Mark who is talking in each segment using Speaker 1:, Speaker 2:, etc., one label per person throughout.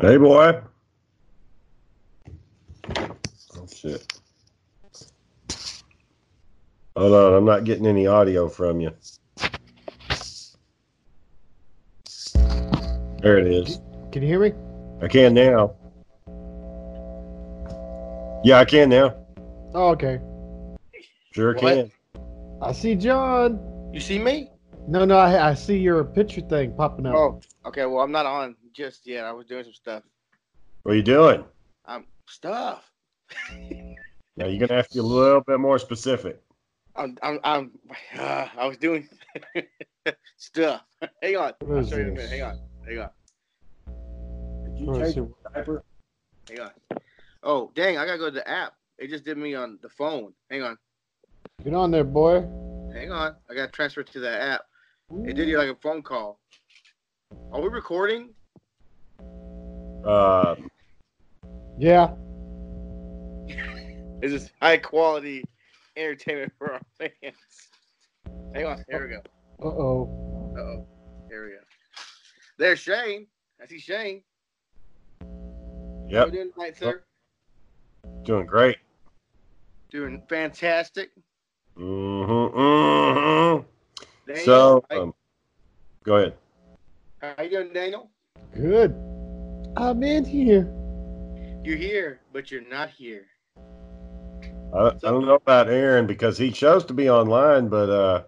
Speaker 1: Hey, boy. Oh, shit. Hold on, I'm not getting any audio from you. There it is.
Speaker 2: Can you hear me?
Speaker 1: I can now. Yeah, I can now.
Speaker 2: Oh, okay.
Speaker 1: Sure
Speaker 3: What?
Speaker 1: can.
Speaker 2: I see John.
Speaker 3: You see me?
Speaker 2: No, no, I, I see your picture thing popping up.
Speaker 3: Oh, okay. Well, I'm not on just yet. I was doing some stuff.
Speaker 1: What are you doing?
Speaker 3: I'm stuff.
Speaker 1: Now you're gonna have to be a little bit more specific.
Speaker 3: I'm. I'm. I'm uh, I was doing stuff. Hang on.
Speaker 2: What
Speaker 3: I'll
Speaker 2: is
Speaker 3: show you in a
Speaker 2: this?
Speaker 3: minute. Hang on. Hang on.
Speaker 1: Did
Speaker 2: you Let's change see.
Speaker 1: diaper?
Speaker 3: Hang on. Oh, dang! I gotta go to the app. It just did me on the phone. Hang on.
Speaker 2: Get on there, boy.
Speaker 3: Hang on. I gotta transfer it to the app. It did you like a phone call. Are we recording?
Speaker 1: Uh,
Speaker 2: Yeah.
Speaker 3: This is high quality entertainment for our fans. Hang on. Here we go.
Speaker 2: Uh oh.
Speaker 3: Uh oh. Here we go. There's Shane. I see Shane. How
Speaker 1: yep,
Speaker 3: you doing tonight, sir?
Speaker 1: doing great.
Speaker 3: Doing fantastic.
Speaker 1: Mm-hmm, mm-hmm.
Speaker 3: Daniel,
Speaker 1: So,
Speaker 3: how,
Speaker 1: um, go ahead.
Speaker 3: how you doing, Daniel?
Speaker 2: Good. I'm in here.
Speaker 3: You're here, but you're not here.
Speaker 1: I, I don't know about Aaron because he shows to be online, but uh,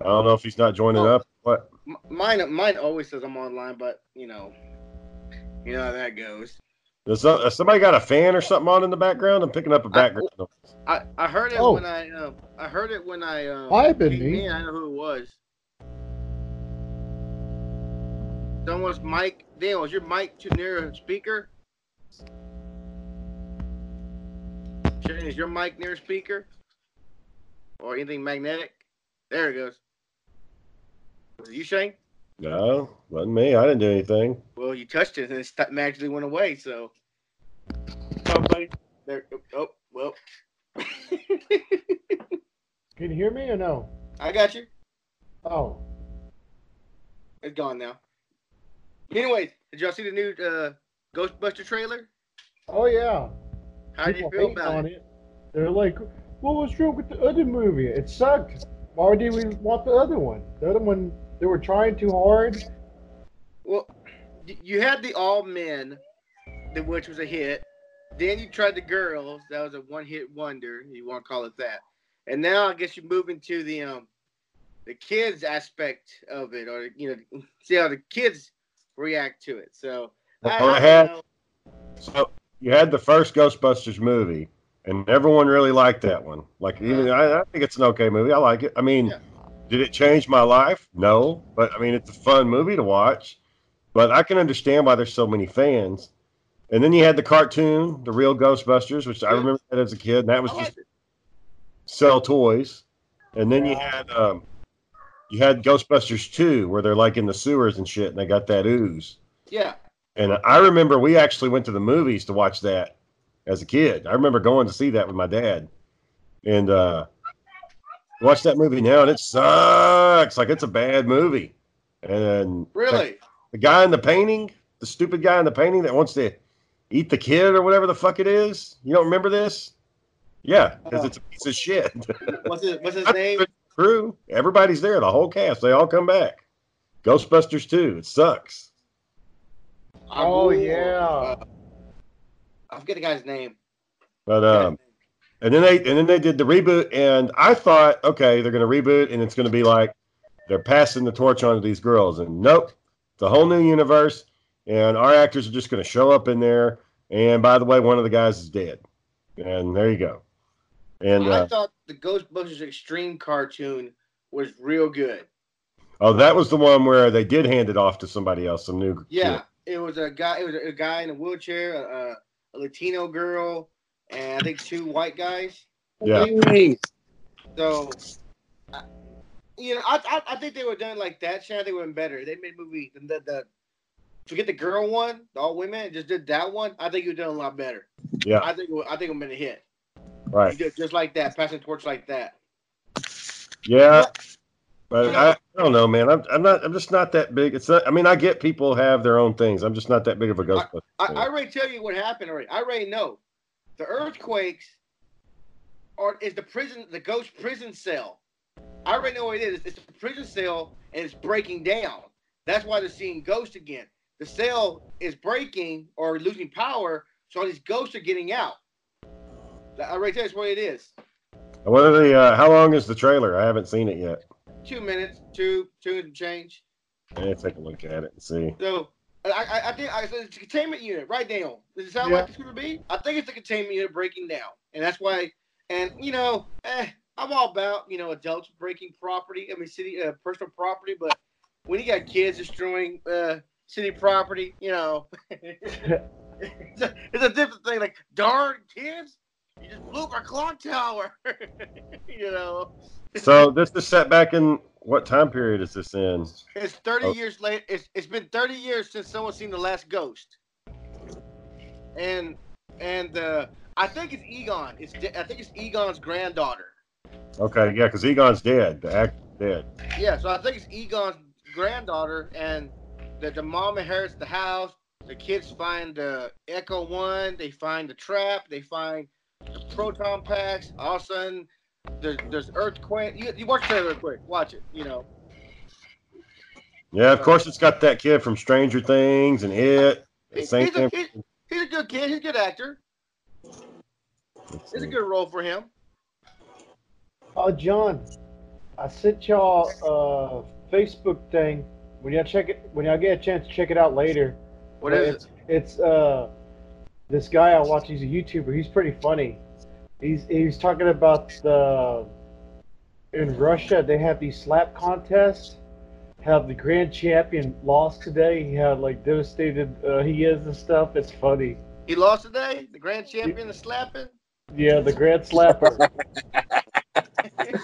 Speaker 1: I don't know if he's not joining
Speaker 3: Oh.
Speaker 1: up. What?
Speaker 3: M- mine, mine always says I'm online, but you know, you know how that goes.
Speaker 1: Does some- has somebody got a fan or something on in the background? I'm picking up a background. noise.
Speaker 3: I, I heard it
Speaker 2: Oh.
Speaker 3: when I um, I heard it when I um,
Speaker 2: Might have been
Speaker 3: came
Speaker 2: me.
Speaker 3: in. I know who it was. Someone's mic. Daniel, is your mic too near a speaker? Shane, is your mic near a speaker? Or anything magnetic? There it goes. Was it you, Shane?
Speaker 1: No, wasn't me. I didn't do anything.
Speaker 3: Well, you touched it and it st- magically went away. So, oh, buddy. There. Oh, well.
Speaker 2: Can you hear me or no?
Speaker 3: I got you.
Speaker 2: Oh.
Speaker 3: It's gone now. Anyways, did y'all see the new uh, Ghostbuster trailer?
Speaker 2: Oh yeah.
Speaker 3: How do
Speaker 2: People
Speaker 3: you feel
Speaker 2: hate
Speaker 3: about
Speaker 2: on
Speaker 3: it?
Speaker 2: it. They're like, what was wrong with the other movie? It sucked. Why did we want the other one? The other one, they were trying too hard.
Speaker 3: Well, y- you had the all men, the which was a hit. Then you tried the girls, that was a one hit wonder. You want to call it that? And now I guess you're moving to the um, the kids aspect of it, or you know, see how the kids react to it. So
Speaker 1: Well, I
Speaker 3: don't
Speaker 1: had-
Speaker 3: know.
Speaker 1: So you had the first Ghostbusters movie, and everyone really liked that one. Like even I, I think it's an okay movie. I like it. I mean,
Speaker 3: Yeah.
Speaker 1: did it change my life? No, but I mean, it's a fun movie to watch. But I can understand why there's so many fans. And then you had the cartoon, the real Ghostbusters, which I
Speaker 3: Yeah.
Speaker 1: remember that as a kid, and that was
Speaker 3: I
Speaker 1: just
Speaker 3: liked it.
Speaker 1: sell toys. And then you had um, you had Ghostbusters two, where they're like in the sewers and shit, and they got that ooze.
Speaker 3: yeah,
Speaker 1: And I remember we actually went to the movies to watch that as a kid. I remember going to see that with my dad. And uh watch that movie now and it sucks. Like it's a bad movie. And
Speaker 3: really.
Speaker 1: the guy in the painting, the stupid guy in the painting that wants to eat the kid or whatever the fuck it is. You don't remember this? Yeah, because it's a piece of shit.
Speaker 3: What's his What's his name?
Speaker 1: Crew, everybody's there, the whole cast, they all come back. Ghostbusters too. It sucks.
Speaker 2: Oh,
Speaker 3: Abu-
Speaker 2: yeah.
Speaker 3: uh, I forget the guy's name.
Speaker 1: But um And then they and then they did the reboot, and I thought, okay, they're gonna reboot, and it's gonna be like they're passing the torch on to these girls, and nope, it's a whole new universe, and our actors are just gonna show up in there. And by the way, one of the guys is dead, and there you go. And
Speaker 3: I
Speaker 1: uh,
Speaker 3: thought the Ghostbusters Extreme cartoon was real good.
Speaker 1: oh, that was the one where they did hand it off to somebody else, some new
Speaker 3: Yeah, it was a guy. It was a guy in a wheelchair, a, a Latino girl, and I think two white guys.
Speaker 1: yeah.
Speaker 3: So, I, you know, I, I I think they were done like that. Shane, I think it went better. They made movie the, the the forget the girl one, the all women, and just did that one. I think you done a lot better.
Speaker 1: Yeah.
Speaker 3: I think it would- I think it would been a hit. You
Speaker 1: right,
Speaker 3: did just like that, passing torch like that.
Speaker 1: yeah. But I, I don't know, man. I'm, I'm not. I'm just not that big. It's not. I mean, I get people have their own things. I'm just not that big of a Ghostbuster.
Speaker 3: I, I already tell you what happened already. I already know. The earthquakes are is the prison the ghost prison cell. I already know what it is. It's a prison cell and it's breaking down. That's why they're seeing ghosts again. The cell is breaking or losing power, so all these ghosts are getting out. I already tell you that's what it is.
Speaker 1: What are the? Uh, how long is the trailer? I haven't seen it yet.
Speaker 3: Two minutes, two, two and change.
Speaker 1: Yeah, take a look at it and see.
Speaker 3: So I, I, I think I, it's a containment unit right down. Does it sound
Speaker 2: Yeah.
Speaker 3: like it's going to be? I think it's a containment unit breaking down, and that's why. And you know, eh, I'm all about you know adults breaking property. I mean, city uh, personal property, but when you got kids destroying uh, city property, you know, it's, a, it's a different thing. Like darn kids, you just blew up our clock tower. you know,
Speaker 1: So this is set back in what time period is this in?
Speaker 3: it's 30
Speaker 1: Oh.
Speaker 3: years late. It's, it's been 30 years since someone seen the last ghost. And and uh, I think it's Egon. It's De- I think it's Egon's granddaughter.
Speaker 1: Okay, yeah, because Egon's dead. The actor's dead.
Speaker 3: Yeah, so I think it's Egon's granddaughter, and that the mom inherits the house. The kids find the Echo One. They find the trap. They find the proton packs. All of a sudden, there's, there's earthquake. You, you watch the earthquake. Watch it. You know.
Speaker 1: Yeah, of course it's got that kid from Stranger Things and It. The
Speaker 3: He-
Speaker 1: same
Speaker 3: he's, a,
Speaker 1: thing.
Speaker 3: he- he's a good kid. He's a good actor.
Speaker 1: Let's
Speaker 3: It's a
Speaker 1: see.
Speaker 3: good role for him.
Speaker 2: Uh, John, I sent y'all uh Facebook thing. When y'all check it, when y'all get a chance, check it out later.
Speaker 3: What is it?
Speaker 2: it's, It's uh, this guy I watch. He's a YouTuber. He's pretty funny. He's he's talking about the in Russia they have these slap contests. Have the grand champion lost today? He had like devastated uh, he is and stuff. It's funny.
Speaker 3: He lost today. The grand champion is slapping.
Speaker 2: Yeah, the grand slapper.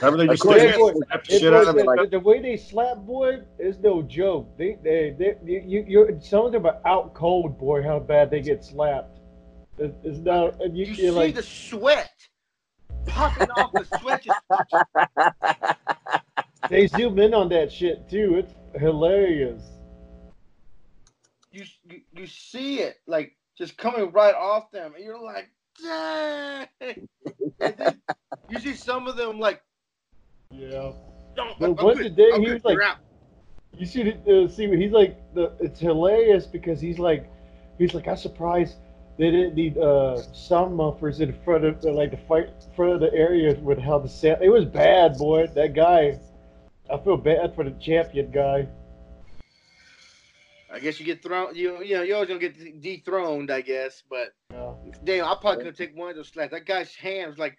Speaker 1: Remember they used to
Speaker 2: According-
Speaker 1: slap the
Speaker 2: It
Speaker 1: shit out
Speaker 2: was,
Speaker 1: of him?
Speaker 2: the, the way they slap boy is no joke. They they, they you you some of them are out cold boy. How bad they get slapped. It, it's not and you,
Speaker 3: You
Speaker 2: you're
Speaker 3: see
Speaker 2: like
Speaker 3: the sweat popping off the sweat. Just,
Speaker 2: they zoom in on that shit too. It's hilarious.
Speaker 3: you, you you see it like just coming right off them, and you're like, dang. And then you see some of them like,
Speaker 2: Yeah.
Speaker 3: don't.
Speaker 2: The
Speaker 3: I'm
Speaker 2: one
Speaker 3: good.
Speaker 2: today,
Speaker 3: I'm
Speaker 2: he
Speaker 3: good.
Speaker 2: was like-
Speaker 3: You're out.
Speaker 2: You should uh, see what he's like. The it's hilarious because he's like, he's like, I'm surprised they didn't need uh, sound mufflers in front of uh, like the fight front of the area with how the sound. It was bad, boy. That guy. I feel bad for the champion guy.
Speaker 3: I guess you get thrown. You you know you always gonna get dethroned, I guess. But
Speaker 2: Yeah.
Speaker 3: damn, I probably could take one of those slaps. That guy's hands like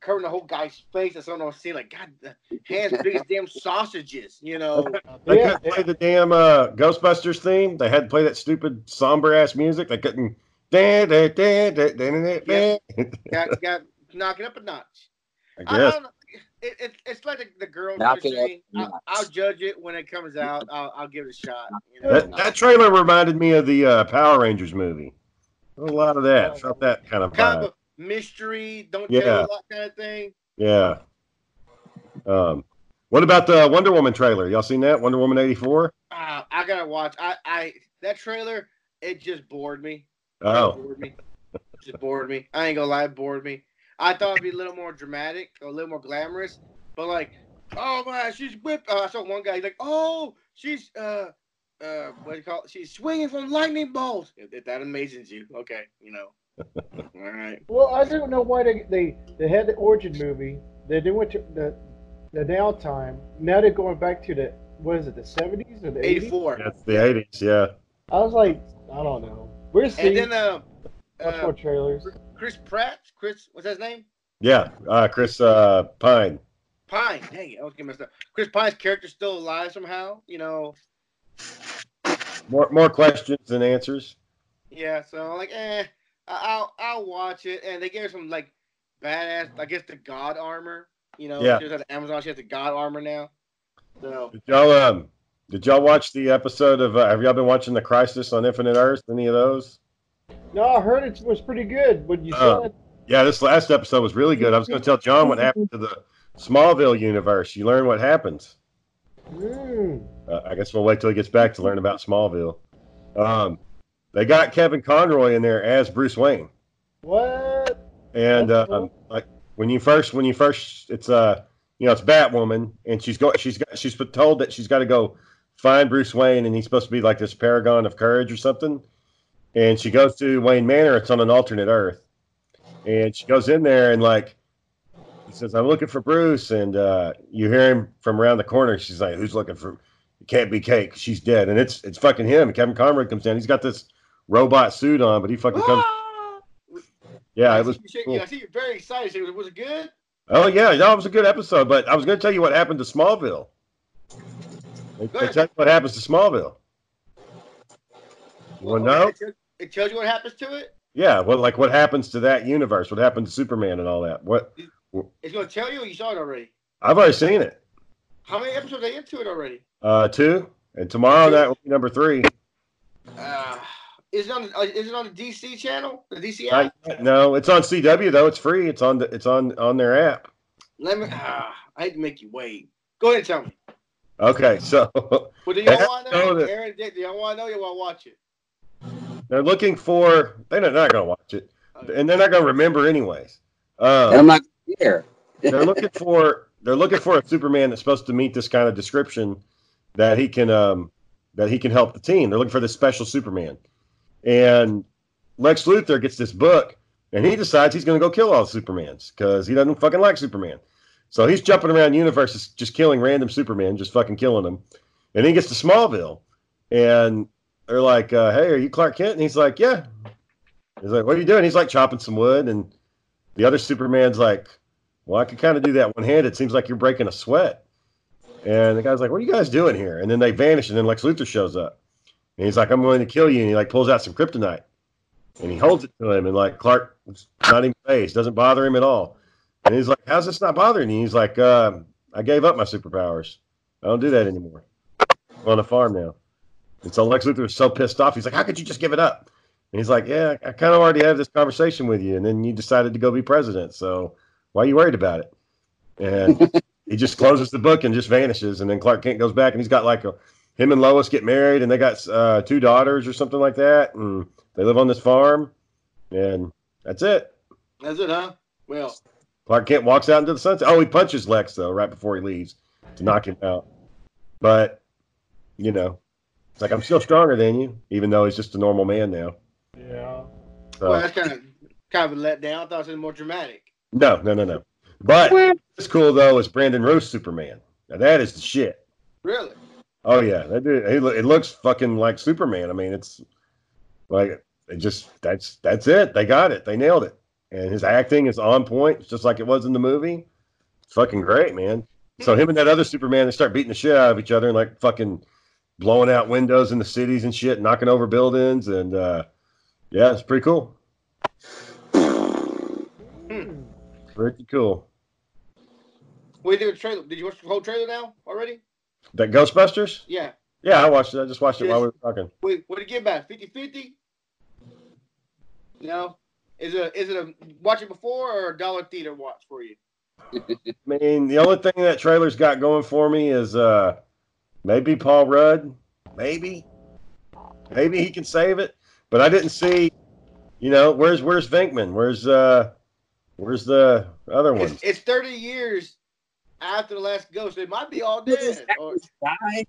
Speaker 3: covering the whole guy's face. That's what I'm seeing. Like God, the hands big as damn sausages. You know.
Speaker 1: They
Speaker 2: Yeah,
Speaker 1: couldn't play the damn uh, Ghostbusters theme. They had to play that stupid somber ass music. They couldn't. Dan, dan, dan, dan, dan, dan, dan.
Speaker 3: got got knock it up a notch.
Speaker 1: I
Speaker 3: I
Speaker 1: guess.
Speaker 3: don't know. It, it, it's like the, the girls
Speaker 4: Knock
Speaker 3: are
Speaker 4: it up
Speaker 3: saying.
Speaker 4: a
Speaker 3: I,
Speaker 4: notch.
Speaker 3: I'll judge it when it comes out. I'll, I'll give it a shot. You know?
Speaker 1: That, that trailer reminded me of the uh, Power Rangers movie. A lot of that. Felt that kind of
Speaker 3: kind
Speaker 1: vibe.
Speaker 3: of a mystery, don't tell
Speaker 1: Yeah.
Speaker 3: you a lot kind of thing.
Speaker 1: Yeah. Um, what about the Wonder Woman trailer? Y'all seen that? Wonder Woman 84?
Speaker 3: Uh, I gotta watch. I, I that trailer it just bored me. It
Speaker 1: Oh,
Speaker 3: bored me. It just bored me. I ain't gonna lie, it bored me. I thought it'd be a little more dramatic, a little more glamorous, but like, oh my, she's whipped. Uh, I saw one guy he's like, oh, she's uh, uh, what do you call it? She's swinging from lightning bolts. If, if that amazes you, okay, you know. All right.
Speaker 2: Well, I don't know why they they, they had the origin movie. Then they went to the the downtime. Now they're going back to the what is it, the seventies or the eighties?
Speaker 3: 84.
Speaker 1: that's the 80s. Yeah.
Speaker 2: I was like, I don't know. We're seeing
Speaker 3: And then uh,
Speaker 2: much more
Speaker 3: uh,
Speaker 2: trailers.
Speaker 3: Chris Pratt, Chris, what's his name?
Speaker 1: Yeah. Uh, Chris uh, Pine.
Speaker 3: Pine. Dang it, I was getting messed up. Chris Pine's character's still alive somehow. You know.
Speaker 1: More, more questions than answers.
Speaker 3: Yeah, so like, eh, I- I'll I'll watch it. And they gave her some like badass, I guess the God armor. You know,
Speaker 1: Yeah.
Speaker 3: she was on Amazon. She has the God armor now. So
Speaker 1: Did y'all um did y'all watch the episode of uh, have y'all been watching the Crisis on Infinite Earth? Any of those?
Speaker 2: No, I heard it was pretty good. When you
Speaker 1: Uh,
Speaker 2: saw it,
Speaker 1: Yeah, this last episode was really good. I was gonna tell John what happened to the Smallville universe. You learn what happens.
Speaker 2: Mm.
Speaker 1: Uh, I guess we'll wait till he gets back to learn about Smallville. Um, they got Kevin Conroy in there as Bruce Wayne,
Speaker 2: What?
Speaker 1: and
Speaker 2: That's
Speaker 1: um, like when you first when you first it's uh you know it's Batwoman, and she's go she's got she's been told that she's got to go find Bruce Wayne, and he's supposed to be like this paragon of courage or something. And she goes to Wayne Manor. It's on an alternate Earth, and she goes in there and like he says, "I'm looking for Bruce," and uh, you hear him from around the corner. She's like, "Who's looking for?" It can't be Cake. She's dead, and it's it's fucking him. Kevin Conroy comes in. He's got this robot suit on, but he fucking comes.
Speaker 3: Ah!
Speaker 1: Yeah, it was.
Speaker 3: I see, you-
Speaker 1: cool.
Speaker 3: I see you're very excited. So Was it good?
Speaker 1: Oh yeah, that was a good episode. But I was going to tell you what happened to Smallville. They, they
Speaker 3: ahead.
Speaker 1: tell you what happens to Smallville. Well, no.
Speaker 3: It tells- It tells you what happens to it.
Speaker 1: Yeah, well, like what happens to that universe? What happened to Superman and all that? What
Speaker 3: It's gonna tell you. or You saw it already.
Speaker 1: I've already seen it.
Speaker 3: How many episodes are into it already?
Speaker 1: Uh, two, and tomorrow that will be number three.
Speaker 3: Uh, is it on? uh, Is it on the DC channel? The DC app?
Speaker 1: Not yet, no, it's on CW though. It's free. It's on. The, it's on on their app.
Speaker 3: Let me. ah, I hate to make you wait. Go ahead and tell me.
Speaker 1: Okay, so
Speaker 3: Well, do y'all
Speaker 1: Yeah,
Speaker 3: want to
Speaker 1: I know
Speaker 3: know?
Speaker 1: that-
Speaker 3: Aaron, Dick, do y'all want to know? You want to watch it?
Speaker 1: they're looking for. They're not, going to watch it, and they're not going to remember anyways.
Speaker 4: I'm
Speaker 1: Um,
Speaker 4: not here.
Speaker 1: they're looking for. They're looking for a Superman that's supposed to meet this kind of description that he can um, that he can help the team. They're looking for this special Superman, and Lex Luthor gets this book, and he decides he's going to go kill all the Supermans because he doesn't fucking like Superman. So he's jumping around universes, just killing random Superman, just fucking killing them. And he gets to Smallville, and they're like, uh, "Hey, are you Clark Kent?" And he's like, "Yeah." He's like, "What are you doing?" He's like chopping some wood, and the other Superman's like, "Well, I could kind of do that one handed. Seems like you're breaking a sweat." And the guy's like, "What are you guys doing here?" And then they vanish, and then Lex Luthor shows up, and he's like, "I'm going to kill you," and he like pulls out some kryptonite, and he holds it to him, and like Clark, it's not even phased, doesn't bother him at all. And he's like, "How's this not bothering you?" He's like, um, "I gave up my superpowers. I don't do that anymore. I'm on a farm now." And so Lex Luthor is so pissed off. He's like, "How could you just give it up?" And he's like, "Yeah, I kind of already had this conversation with you, and then you decided to go be president. So why are you worried about it?" And he just closes the book and just vanishes. And then Clark Kent goes back, and he's got like a, him and Lois get married, and they got uh, two daughters or something like that, and they live on this farm, and that's it.
Speaker 3: That's it, huh? Well,
Speaker 1: Clark Kent walks out into the sunset. Oh, he punches Lex though right before he leaves to knock him out. But you know, it's like I'm still stronger than you, even though he's just a normal man now. Uh,
Speaker 2: Yeah.
Speaker 1: So,
Speaker 3: well, that's kind of kind of a letdown. I thought it was more dramatic.
Speaker 1: no, no, no, no. But it's cool though is Brandon Rose Superman. Now that is the shit.
Speaker 3: Really?
Speaker 1: Oh yeah, that dude. He, lo- it looks fucking like Superman. I mean, it's like it just that's that's it. They got it. They nailed it. And his acting is on point, just like it was in the movie. It's fucking great, man. So him and that other Superman, they start beating the shit out of each other and like fucking blowing out windows in the cities and shit, knocking over buildings, and uh, yeah, it's pretty cool.
Speaker 3: Hmm.
Speaker 2: Mm.
Speaker 1: Pretty cool.
Speaker 3: We did a trailer. Did you watch the whole trailer now already?
Speaker 1: That Ghostbusters?
Speaker 3: Yeah.
Speaker 1: Yeah, I watched it. I just watched it while we were talking.
Speaker 3: Wait, what did it get back? 50 50? No. Is it a, is it a watch it before or a dollar theater watch for you?
Speaker 1: I mean, the only thing that trailer's got going for me is uh maybe Paul Rudd. Maybe. Maybe he can save it. But I didn't see you know, where's where's Venkman? Where's uh where's the other one?
Speaker 3: It's, it's 30 years after the last ghost. They might be all
Speaker 4: This is
Speaker 3: dead. Or,
Speaker 4: Atlas Sky.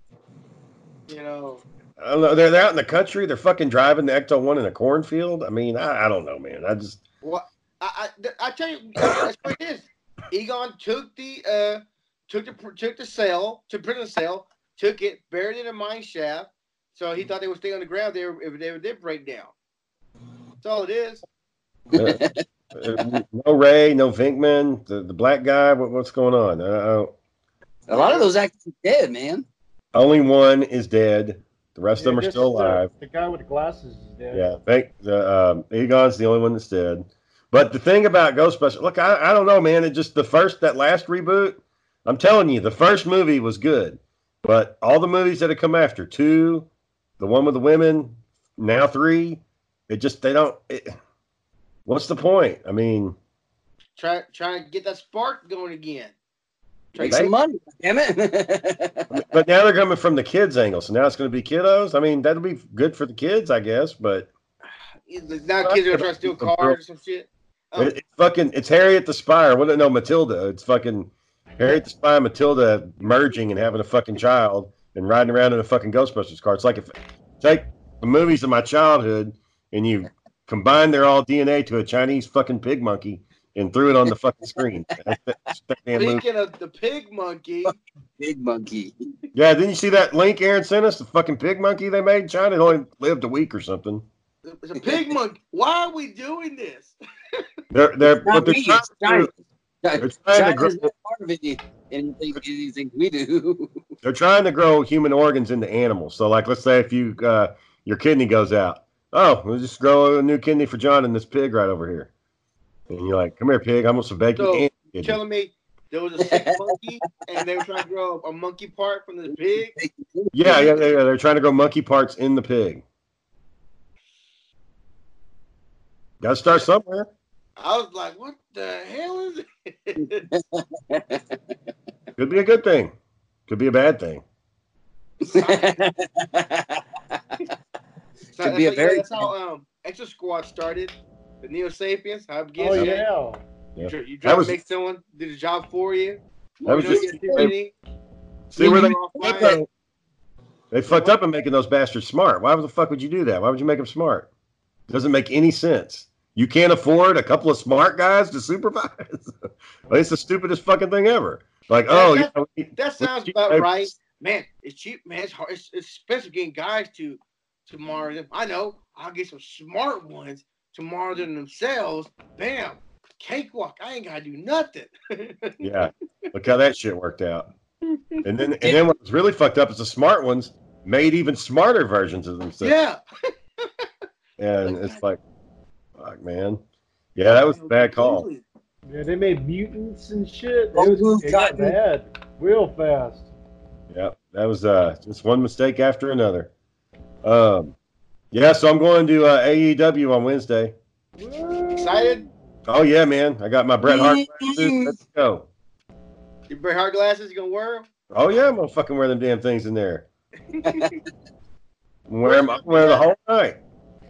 Speaker 3: you know,
Speaker 1: I don't know. They're, they're out in the country, they're fucking driving the Ecto one in a cornfield. I mean, I, I don't know, man. I just
Speaker 3: what I, I, I tell you, that's what it is. Egon took the uh took the pr- took the cell to prison cell, took it, buried it in a mine shaft. So he thought they would stay on the ground there if they did break down. That's all it is.
Speaker 1: uh, uh, no Ray, no Venkman, the, the black guy. What, what's going on? Uh, I, I don't-
Speaker 4: A lot of those actors are dead, man.
Speaker 1: only one is dead. The rest of them are
Speaker 2: just uh,
Speaker 1: still
Speaker 2: the-
Speaker 1: alive.
Speaker 2: The, guy with the glasses is dead.
Speaker 1: Yeah, thank the um, Egon's the only one that's dead. But the thing about Ghostbusters, look, I, I don't know, man. It just the first that last reboot. I'm telling you, the first movie was good, but all the movies that have come after two, the one with the women, now three, it just they don't. It, what's the point? I mean,
Speaker 3: Try trying to get that spark going again.
Speaker 4: Make some money, damn it.
Speaker 1: But now they're coming from the kids' angle, so now it's going to be kiddos. I mean, that'll be good for the kids, I guess. But
Speaker 3: Now kids are trying to steal cars or some shit. Oh,
Speaker 1: it, it's fucking, it's Harriet the Spy. Well, no, Matilda. It's fucking Harriet the Spy, and Matilda merging and having a fucking child and riding around in a fucking Ghostbusters car. It's like if take the movies of my childhood and you combine their all DNA to a Chinese fucking pig monkey and threw it on the fucking screen. That's that- that's that damn movie.
Speaker 3: Speaking of the pig monkey,
Speaker 4: Big monkey.
Speaker 1: Yeah, didn't you see that link Aaron sent us? The fucking pig monkey they made in China it only lived a week or something.
Speaker 3: it's a pig monkey. Why are we doing this?
Speaker 1: They're they're
Speaker 4: Not
Speaker 1: what they're
Speaker 4: me,
Speaker 1: trying
Speaker 4: it's
Speaker 1: to do-
Speaker 4: China.
Speaker 1: they're trying to grow,
Speaker 4: China's not part of any, anything, anything we do.
Speaker 1: they're trying to grow human organs into animals. So like let's say if you uh, your kidney goes out, oh we'll just grow a new kidney for John and this pig right over here. And you're like, come here, pig. I'm gonna some bacon
Speaker 3: So,
Speaker 1: and
Speaker 3: You're
Speaker 1: kidney."
Speaker 3: telling me there was a sick monkey and they were trying to grow a monkey part from the pig?
Speaker 1: Yeah, yeah, yeah, yeah. They're trying to grow monkey parts in the pig. Got to start somewhere.
Speaker 3: I was like, what the hell is it?
Speaker 1: Could be a good thing. Could be a bad thing.
Speaker 3: So
Speaker 4: Could
Speaker 3: that's
Speaker 4: be a
Speaker 3: how-
Speaker 4: very-
Speaker 3: that's how um extra squad started. The Neo Sapiens, how it
Speaker 2: Oh
Speaker 3: begins.
Speaker 2: yeah.
Speaker 3: You try, you
Speaker 1: That
Speaker 3: try
Speaker 1: was-
Speaker 3: to make someone do the job for you.
Speaker 1: That was
Speaker 3: You know,
Speaker 1: just
Speaker 3: you get tyranny,
Speaker 1: see where they
Speaker 3: you're off
Speaker 1: What
Speaker 3: by-
Speaker 1: the- They fucked up in making those bastards smart. Why the fuck would you do that? Why would you make them smart? doesn't make any sense. You can't afford a couple of smart guys to supervise. Like, it's the stupidest fucking thing ever. Like, oh, you know, we-
Speaker 3: That sounds
Speaker 1: cheap
Speaker 3: about
Speaker 1: labor.
Speaker 3: right. Man, it's cheap, man. It's hard. It's, it's expensive getting guys to to tomorrow them. I know. I'll get some smart ones tomorrow them themselves. Bam. Cakewalk. I ain't gotta do nothing.
Speaker 1: yeah, look how that shit worked out. And then, and then what was really fucked up is the smart ones made even smarter versions of themselves.
Speaker 3: yeah.
Speaker 1: And it's like, fuck, man. Yeah, that was a bad call.
Speaker 3: Completely.
Speaker 2: Yeah, they made mutants and shit. It
Speaker 4: Oh,
Speaker 2: was it got
Speaker 4: cotton.
Speaker 2: bad real fast.
Speaker 1: Yeah, that was uh, just one mistake after another. Um, yeah, so I'm going to uh, AEW on Wednesday.
Speaker 3: Excited?
Speaker 1: Oh yeah, man! I got my Bret Hart. suit. Let's go!
Speaker 3: Your Bret Hart glasses you gonna wear 'em?
Speaker 1: Oh yeah, I'm gonna fucking wear them damn things in there. I'm wear them. I'm gonna wear the whole night.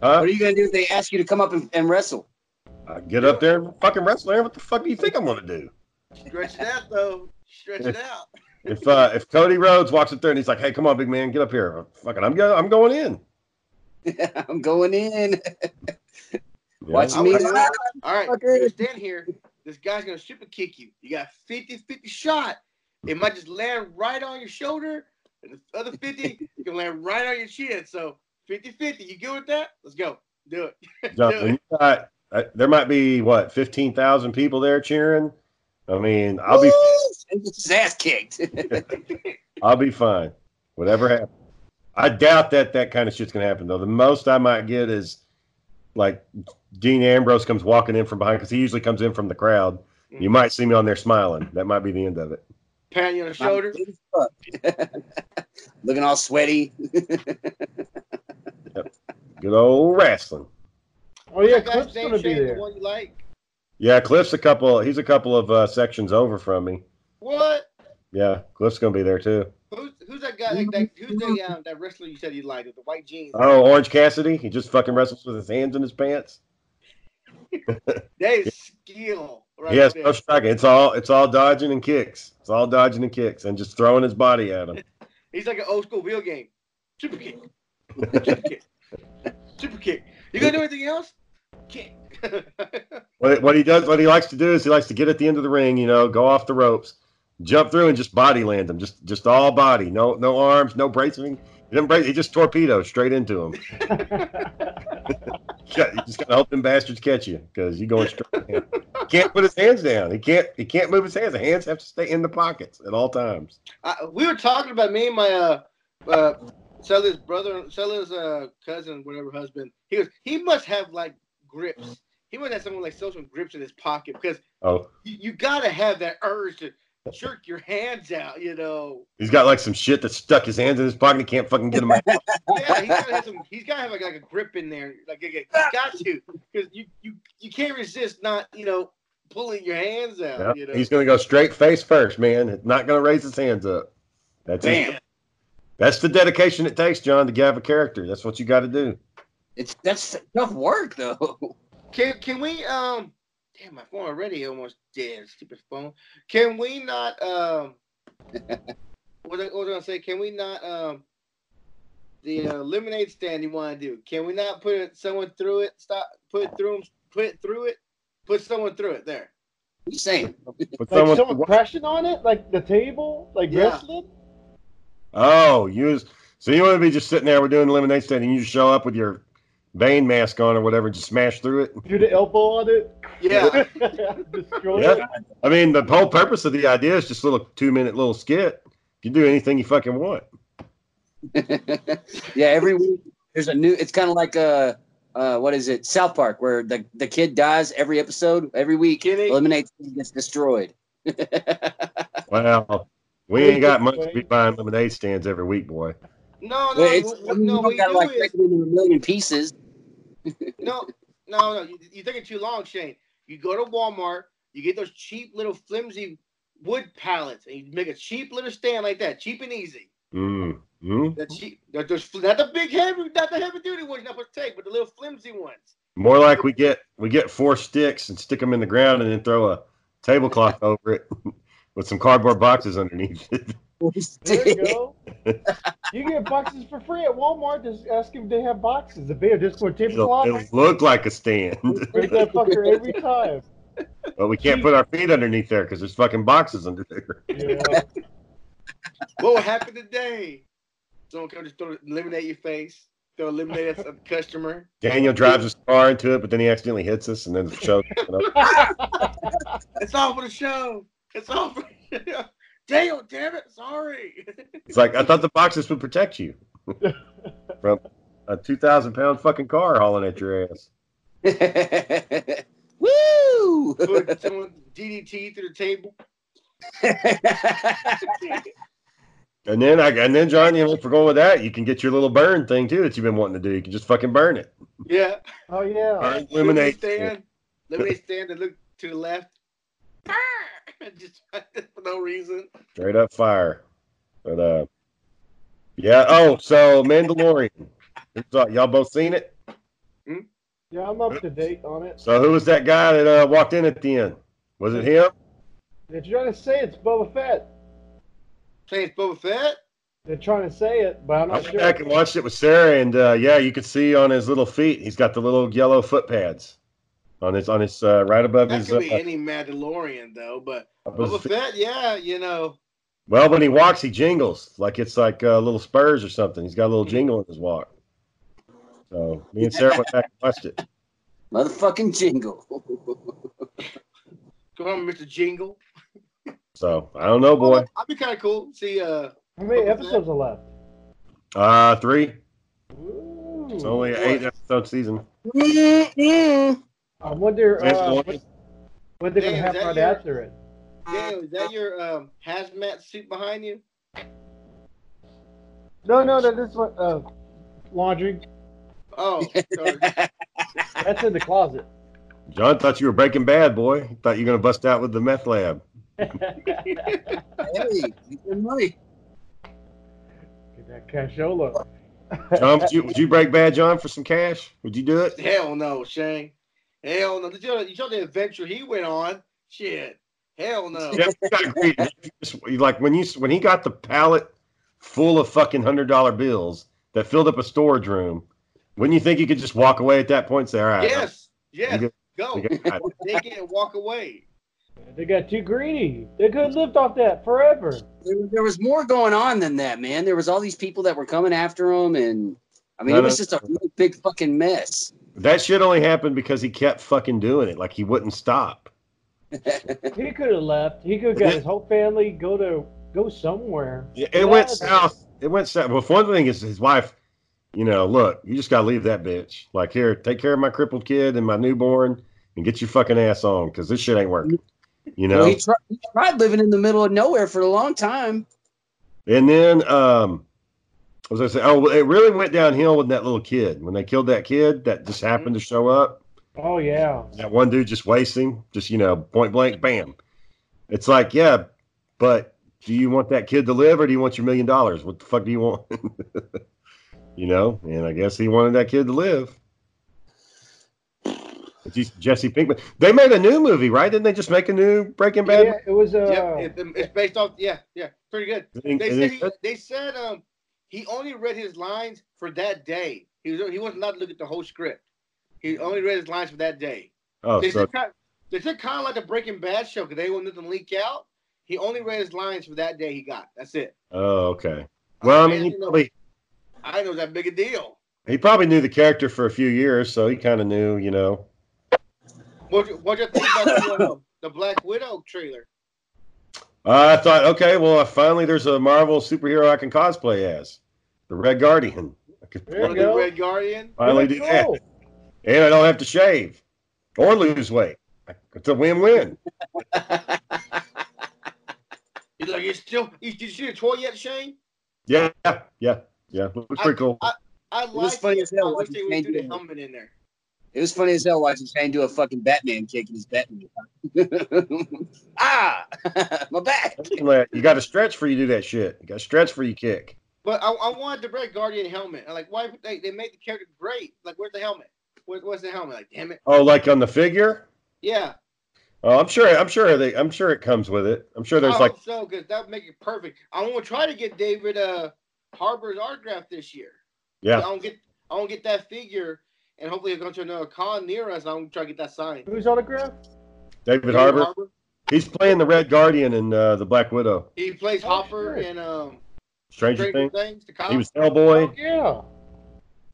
Speaker 4: What are
Speaker 1: Huh?
Speaker 4: you gonna do if they ask you to come up and, and wrestle?
Speaker 1: I get up there and fucking wrestle. Aaron. What the fuck do you think I'm gonna do?
Speaker 3: Stretch it out though. Stretch it out.
Speaker 1: If uh, if Cody Rhodes walks up there and he's like, "Hey, come on, big man, get up here!" Fucking, I'm going. I'm going in.
Speaker 4: I'm going in.
Speaker 1: Yeah.
Speaker 4: Watch me.
Speaker 3: I'll- All right,
Speaker 4: Okay.
Speaker 3: you stand here. This guy's gonna super kick you. You got 50 50 shot. It might just land right on your shoulder, and the other 50 you can land right on your chin. So 50 50. You good with that? Let's go. Do it.
Speaker 1: Jump. And you got- uh, there might be what fifteen thousand people there cheering. I mean, I'll be
Speaker 4: And get his ass kicked.
Speaker 1: I'll be fine. Whatever happens. I doubt that that kind of shit's gonna happen though. The most I might get is like Dean Ambrose comes walking in from behind because he usually comes in from the crowd. You might see me on there smiling. That might be the end of it.
Speaker 3: Pat you on the shoulder.
Speaker 4: Looking all sweaty.
Speaker 1: Good old wrestling.
Speaker 2: Oh yeah,
Speaker 3: That guy's
Speaker 2: Cliff's
Speaker 3: name
Speaker 2: gonna be
Speaker 3: changed to
Speaker 2: there.
Speaker 3: one you like.
Speaker 1: Yeah, Cliff's a couple. He's a couple of uh, sections over from me.
Speaker 3: What?
Speaker 1: Yeah, Cliff's gonna be there too.
Speaker 3: Who's, who's that guy? That, that, who's the, um, that wrestler you said you liked with the white jeans?
Speaker 2: Uh,
Speaker 1: Oh, Orange Cassidy. He just fucking wrestles with his hands in his pants.
Speaker 3: That is skill. Right
Speaker 1: He has
Speaker 3: there.
Speaker 1: no striking. It's all it's all dodging and kicks. It's all dodging and kicks and just throwing his body at him.
Speaker 3: He's like an old school wheel game. Super kick. Super kick. Super kick. You gonna do anything else? Kick.
Speaker 1: What, what he does, what he likes to do is he likes to get at the end of the ring, you know, go off the ropes, jump through, and just body land him, just just all body, no no arms, no bracing. He didn't brace, he just torpedoes straight into him. You got- you just gotta hope them bastards catch you because you're going straight. down. He can't put his hands down. He can't he can't move his hands. The hands have to stay in the pockets at all times.
Speaker 3: I, we were talking about me and my uh, uh Sellers brother, Sellers uh cousin, whatever husband. He was he must have like grips. He must have someone like social grips in his pocket because
Speaker 1: Oh,
Speaker 3: you, you gotta have that urge to jerk your hands out. You know.
Speaker 1: he's got like some shit that stuck his hands in his pocket. He can't fucking get him out.
Speaker 3: Yeah, he's gotta have some. He's gotta have like, like a grip in there. Like, you got to, because you you you can't resist not you know pulling your hands
Speaker 1: Yep.
Speaker 3: out. You know?
Speaker 1: He's going to go straight face first, man. It's not going to raise his hands up. That's his-
Speaker 4: Bam.
Speaker 1: That's the dedication it takes, John, to have a character. That's what you got to do.
Speaker 4: It's that's tough work though.
Speaker 3: Can can we um damn my phone already almost dead, stupid phone. Can we not um what, I, what was I gonna say? Can we not um the uh, lemonade stand you want to do? Can we not put it, someone through it? Stop. Put it through 'em, Put it through it. Put someone through it. There.
Speaker 4: What you saying?
Speaker 1: But
Speaker 2: Like
Speaker 1: someone-
Speaker 2: someone, crashing on it, like the table, like
Speaker 3: Yeah.
Speaker 2: wrestling.
Speaker 1: oh, you was, so you want to be just sitting there? We're doing lemonade stand, and you just show up with your vein mask on or whatever, and just smash through it.
Speaker 2: Do the elbow on it.
Speaker 3: Yeah.
Speaker 2: Destroy
Speaker 1: Yeah.
Speaker 2: it.
Speaker 1: I mean, the whole purpose of the idea is just a little two minute little skit. You do anything you fucking want.
Speaker 4: yeah, every week there's a new. It's kind of like uh uh, what is it? South Park, where the the kid dies every episode, every week.
Speaker 3: Kenny?
Speaker 4: Lemonade Stand gets destroyed.
Speaker 1: Wow. We ain't got much to be buying lemonade stands every week, boy.
Speaker 3: No, no,
Speaker 4: Well, it's,
Speaker 3: w-
Speaker 4: I
Speaker 3: w-
Speaker 4: mean,
Speaker 3: no.
Speaker 4: you
Speaker 3: What you
Speaker 4: don't gotta
Speaker 3: do
Speaker 4: like
Speaker 3: is
Speaker 4: break it into a million pieces.
Speaker 3: no, no, no. You, you're taking too long, Shane. You go to Walmart. You get those cheap little flimsy wood pallets, and you make a cheap little stand like that, cheap and easy.
Speaker 1: Mm. Mm.
Speaker 3: The cheap, the, the, not the big heavy, not the heavy duty ones you're not supposed to take, but the little flimsy ones.
Speaker 1: More like we get we get four sticks and stick them in the ground and then throw a tablecloth over it with some cardboard boxes underneath it.
Speaker 2: There you go. You get boxes for free at Walmart. Just ask if they have boxes. The beer just for
Speaker 1: It'll,
Speaker 2: tablecloth.
Speaker 1: it'll look like a stand,
Speaker 2: Break that fucker every time.
Speaker 1: but we can't put our feet underneath there because there's fucking boxes under there.
Speaker 2: Yeah.
Speaker 3: What would happen today? Someone come just throw eliminate your face, throw eliminate a customer.
Speaker 1: Daniel drives his car into it, but then he accidentally hits us, and then the show.
Speaker 3: It's all for the show. It's all for Dale, damn it, sorry.
Speaker 1: It's like I thought the boxes would protect you from a two thousand pound fucking car hauling at your ass.
Speaker 4: Woo!
Speaker 3: Put someone DDT through the table.
Speaker 1: And then I and then John, you know, for going with that, you can get your little burn thing too that you've been wanting to do. You can just fucking burn it.
Speaker 3: Yeah.
Speaker 2: Oh yeah.
Speaker 1: Burn lemonade stand.
Speaker 3: stand. Eliminate stand and look to the left. Brr! just for no reason.
Speaker 1: Straight up fire. But uh yeah, oh, so Mandalorian. What's up? Y'all both seen it?
Speaker 2: Yeah, I'm up to date on it.
Speaker 1: So who was that guy that uh, walked in at the end? Was it him?
Speaker 2: They're trying to say it's Boba Fett.
Speaker 3: Playing Boba Fett.
Speaker 2: They're trying to say it, but I'm
Speaker 1: I
Speaker 2: not
Speaker 1: went
Speaker 2: sure.
Speaker 1: back and watched it with Sarah, and uh, yeah, you can see on his little feet, he's got the little yellow foot pads on his on his uh, right above
Speaker 3: That
Speaker 1: his,
Speaker 3: could
Speaker 1: uh,
Speaker 3: be any Mandalorian though, but
Speaker 1: above his
Speaker 3: Boba
Speaker 1: feet.
Speaker 3: Fett, yeah, you know.
Speaker 1: Well, when he walks, he jingles like it's like uh, little spurs or something. He's got a little
Speaker 3: Mm-hmm.
Speaker 1: jingle in his walk. So me and Sarah went back and watched it.
Speaker 4: Motherfucking jingle.
Speaker 3: Come on, Mr. Jingle.
Speaker 1: So I don't know, boy.
Speaker 3: I'd be kind of cool. See, uh,
Speaker 2: How many
Speaker 3: Boba Fett.
Speaker 2: episodes are left?
Speaker 1: Uh three.
Speaker 2: Ooh.
Speaker 1: It's only an
Speaker 3: boy.
Speaker 1: eight episode season.
Speaker 2: I wonder uh,
Speaker 1: Mandalorian.
Speaker 2: what, what they're gonna
Speaker 3: Hey, is
Speaker 2: have
Speaker 3: that
Speaker 2: right
Speaker 3: your-
Speaker 2: after it.
Speaker 3: Dale, is that your um, hazmat suit behind you?
Speaker 2: No, no, no. This one, uh, laundry.
Speaker 3: Oh, sorry.
Speaker 2: That's in the closet.
Speaker 1: John thought you were Breaking Bad, boy. He thought you were gonna bust out with the meth lab.
Speaker 2: Get
Speaker 4: hey, make your money.
Speaker 2: that cashola.
Speaker 1: John, would you, would you break bad, John, for some cash? Would you do it?
Speaker 3: hell no, Shane. Hell no. Did you, you saw the adventure he went on? Shit. Hell no.
Speaker 1: Yeah, you gotta agree. You just- you Like when you when he got the pallet full of fucking hundred dollar bills that filled up a storage room, wouldn't you think you could just walk away at that point and say, "All right,
Speaker 3: Yes. Yes.
Speaker 1: You
Speaker 3: Go.
Speaker 1: we got it."
Speaker 3: Take it and walk away.
Speaker 2: They got too greedy. They could have lived off that forever.
Speaker 4: There, there was more going on than that, man. There was all these people that were coming after him, and I mean,
Speaker 1: No,
Speaker 4: it was
Speaker 1: no.
Speaker 4: just a really big fucking mess.
Speaker 1: That shit only happened because he kept fucking doing it. Like he wouldn't stop.
Speaker 2: He could have left. He could have got his whole family go to go somewhere.
Speaker 1: It, it went
Speaker 2: Yeah.
Speaker 1: south. It went south. Well, for one thing is his wife. You know, look, you just gotta leave that bitch. Like here, take care of my crippled kid and my newborn, and get your fucking ass on because this shit ain't working. You know.
Speaker 4: Well, he, tried, he tried living in the middle of nowhere for a long time.
Speaker 1: And then, um, what was I say? Oh, well, it really went downhill with that little kid when they killed that kid that just happened to show up.
Speaker 2: Oh yeah.
Speaker 1: That one dude just wastes him, just you know, point blank, bam. It's like, yeah, but do you want that kid to live or do you want your million dollars? What the fuck do you want? you know, and I guess he wanted that kid to live. It's just Jesse Pinkman. They made a new movie, right? Didn't they just make a new Breaking Bad?
Speaker 2: Yeah, it was
Speaker 3: yeah,
Speaker 2: uh
Speaker 3: it, it's based off. Yeah, yeah, pretty good.
Speaker 1: I think-
Speaker 3: They
Speaker 1: I
Speaker 3: said
Speaker 1: think
Speaker 3: he,
Speaker 1: that's-
Speaker 3: they said um he only read his lines for that day. He was he was not looking at the whole script. He only read his lines for that day.
Speaker 1: oh,
Speaker 3: they
Speaker 1: so
Speaker 3: said kind they said kind of like the Breaking Bad show because they wanted to leak out. He only read his lines for that day. He got that's it.
Speaker 1: oh, okay. Well, I mean, he
Speaker 3: Man, you know,
Speaker 1: probably
Speaker 3: I didn't know it was that big a deal.
Speaker 1: he probably knew the character for a few years, so he kind of knew, you know.
Speaker 3: What you- what you think about the, uh, the Black Widow trailer?
Speaker 1: I thought, okay, well, finally there's a Marvel superhero I can cosplay as, the Red Guardian. I could
Speaker 2: There you
Speaker 3: Or
Speaker 1: finally,
Speaker 2: go.
Speaker 3: the Red Guardian?
Speaker 1: finally do that, and I don't have to shave or lose weight. It's a win-win.
Speaker 3: He's like, you still you, did you see the toy yet, Shane?
Speaker 1: Yeah, yeah, yeah. Looks pretty cool.
Speaker 3: I- I
Speaker 4: was
Speaker 3: like
Speaker 4: funny
Speaker 3: it.
Speaker 4: as hell
Speaker 3: I wish
Speaker 4: watching
Speaker 3: they
Speaker 4: Shane
Speaker 3: would do
Speaker 4: do
Speaker 3: the
Speaker 4: that.
Speaker 3: helmet in there.
Speaker 4: It was funny as hell watching Shane do a fucking Batman kick in his Batman. ah, my back.
Speaker 1: Like, You got to stretch for you do that shit. You got to stretch for you kick.
Speaker 3: But I, I wanted the Red Guardian helmet. I'm like, why would they, they made the character great? Like, where's the helmet? Where, where's the helmet? Like, damn it.
Speaker 1: Oh, like on the figure?
Speaker 3: Yeah.
Speaker 1: Oh, I'm sure. I'm sure they. I'm sure it comes with it. I'm sure
Speaker 3: I
Speaker 1: there's
Speaker 3: hope
Speaker 1: like.
Speaker 3: Oh, so, because that would make it perfect. I want to try to get David uh, Harbor's autograph this year. I
Speaker 1: Yeah.
Speaker 3: don't get I don't get that figure, and hopefully he'll go to another con near us. I'm trying to get that signed.
Speaker 2: Who's autograph?
Speaker 1: David Harbour. He's playing the Red Guardian in uh, the Black Widow.
Speaker 3: He plays
Speaker 2: Oh,
Speaker 3: Hopper
Speaker 2: shit.
Speaker 3: in um,
Speaker 1: Stranger
Speaker 3: Stranger
Speaker 1: Things.
Speaker 3: Things. The cop.
Speaker 1: He was Hellboy.
Speaker 2: Yeah.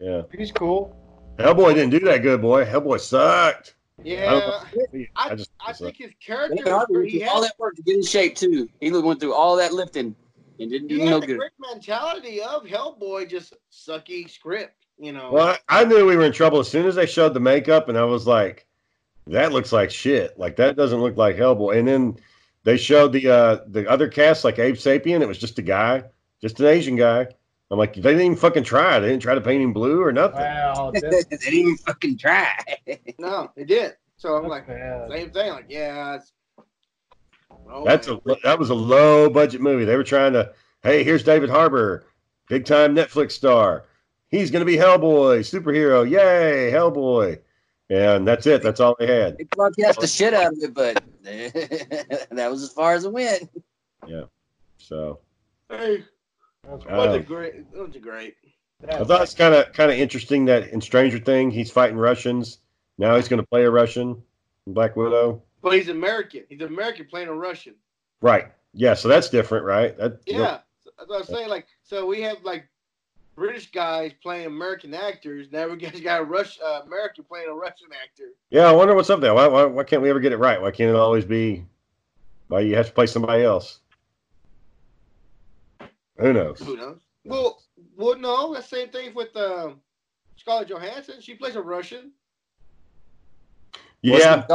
Speaker 1: Yeah.
Speaker 2: He's cool.
Speaker 1: Hellboy didn't do that good, boy. Hellboy sucked. I don't
Speaker 3: yeah.
Speaker 1: know. I just.
Speaker 3: I think his character.
Speaker 4: David Harbour
Speaker 3: was-
Speaker 4: went
Speaker 3: He
Speaker 4: through
Speaker 3: had
Speaker 4: all that work to get in shape too. He went through all that lifting and didn't do
Speaker 3: he
Speaker 4: no
Speaker 3: had the
Speaker 4: good.
Speaker 3: great mentality of Hellboy, just sucky script, you know.
Speaker 1: Well, I I knew we were in trouble as soon as they showed the makeup, and I was like, "That looks like shit. Like that doesn't look like Hellboy." And then they showed the uh, the other cast, like Abe Sapien. It was just a guy, just an Asian guy. I'm like, they didn't even fucking try. They didn't try to paint him blue or nothing.
Speaker 2: Wow.
Speaker 4: they
Speaker 2: That's,
Speaker 4: didn't even fucking try.
Speaker 3: No, it did. So I'm like,
Speaker 2: that's bad.
Speaker 3: same thing. Like, yeah, it's, oh,
Speaker 1: That's a
Speaker 3: man.
Speaker 1: that was a low budget movie. They were trying to, hey, here's David Harbour, big time Netflix star. He's gonna be Hellboy, superhero, yay, Hellboy. And that's it. That's all they had.
Speaker 4: They broadcast the shit out of it, but that was as far as it went.
Speaker 1: So
Speaker 3: Hey,
Speaker 2: That's
Speaker 1: Uh,
Speaker 3: wasn't great. It wasn't great.
Speaker 1: I
Speaker 2: bad.
Speaker 1: thought it's kind of kind of interesting that in Stranger Thing he's fighting Russians. Now he's gonna play a Russian, in Black Widow.
Speaker 3: But he's American. He's American playing a Russian.
Speaker 1: Right. Yeah. So that's different, right? That, you
Speaker 3: Yeah,
Speaker 1: know,
Speaker 3: So that's what I'm saying. Like, so we have like British guys playing American actors. Now we just got a Rush uh, American playing a Russian actor.
Speaker 1: yeah. I wonder what's up there. Why, why why can't we ever get it right? Why can't it always be? Why you have to play somebody else? Who knows?
Speaker 3: Who knows? Well, well, no, that's the same thing with um, Scarlett Johansson. She plays a Russian.
Speaker 1: Yeah.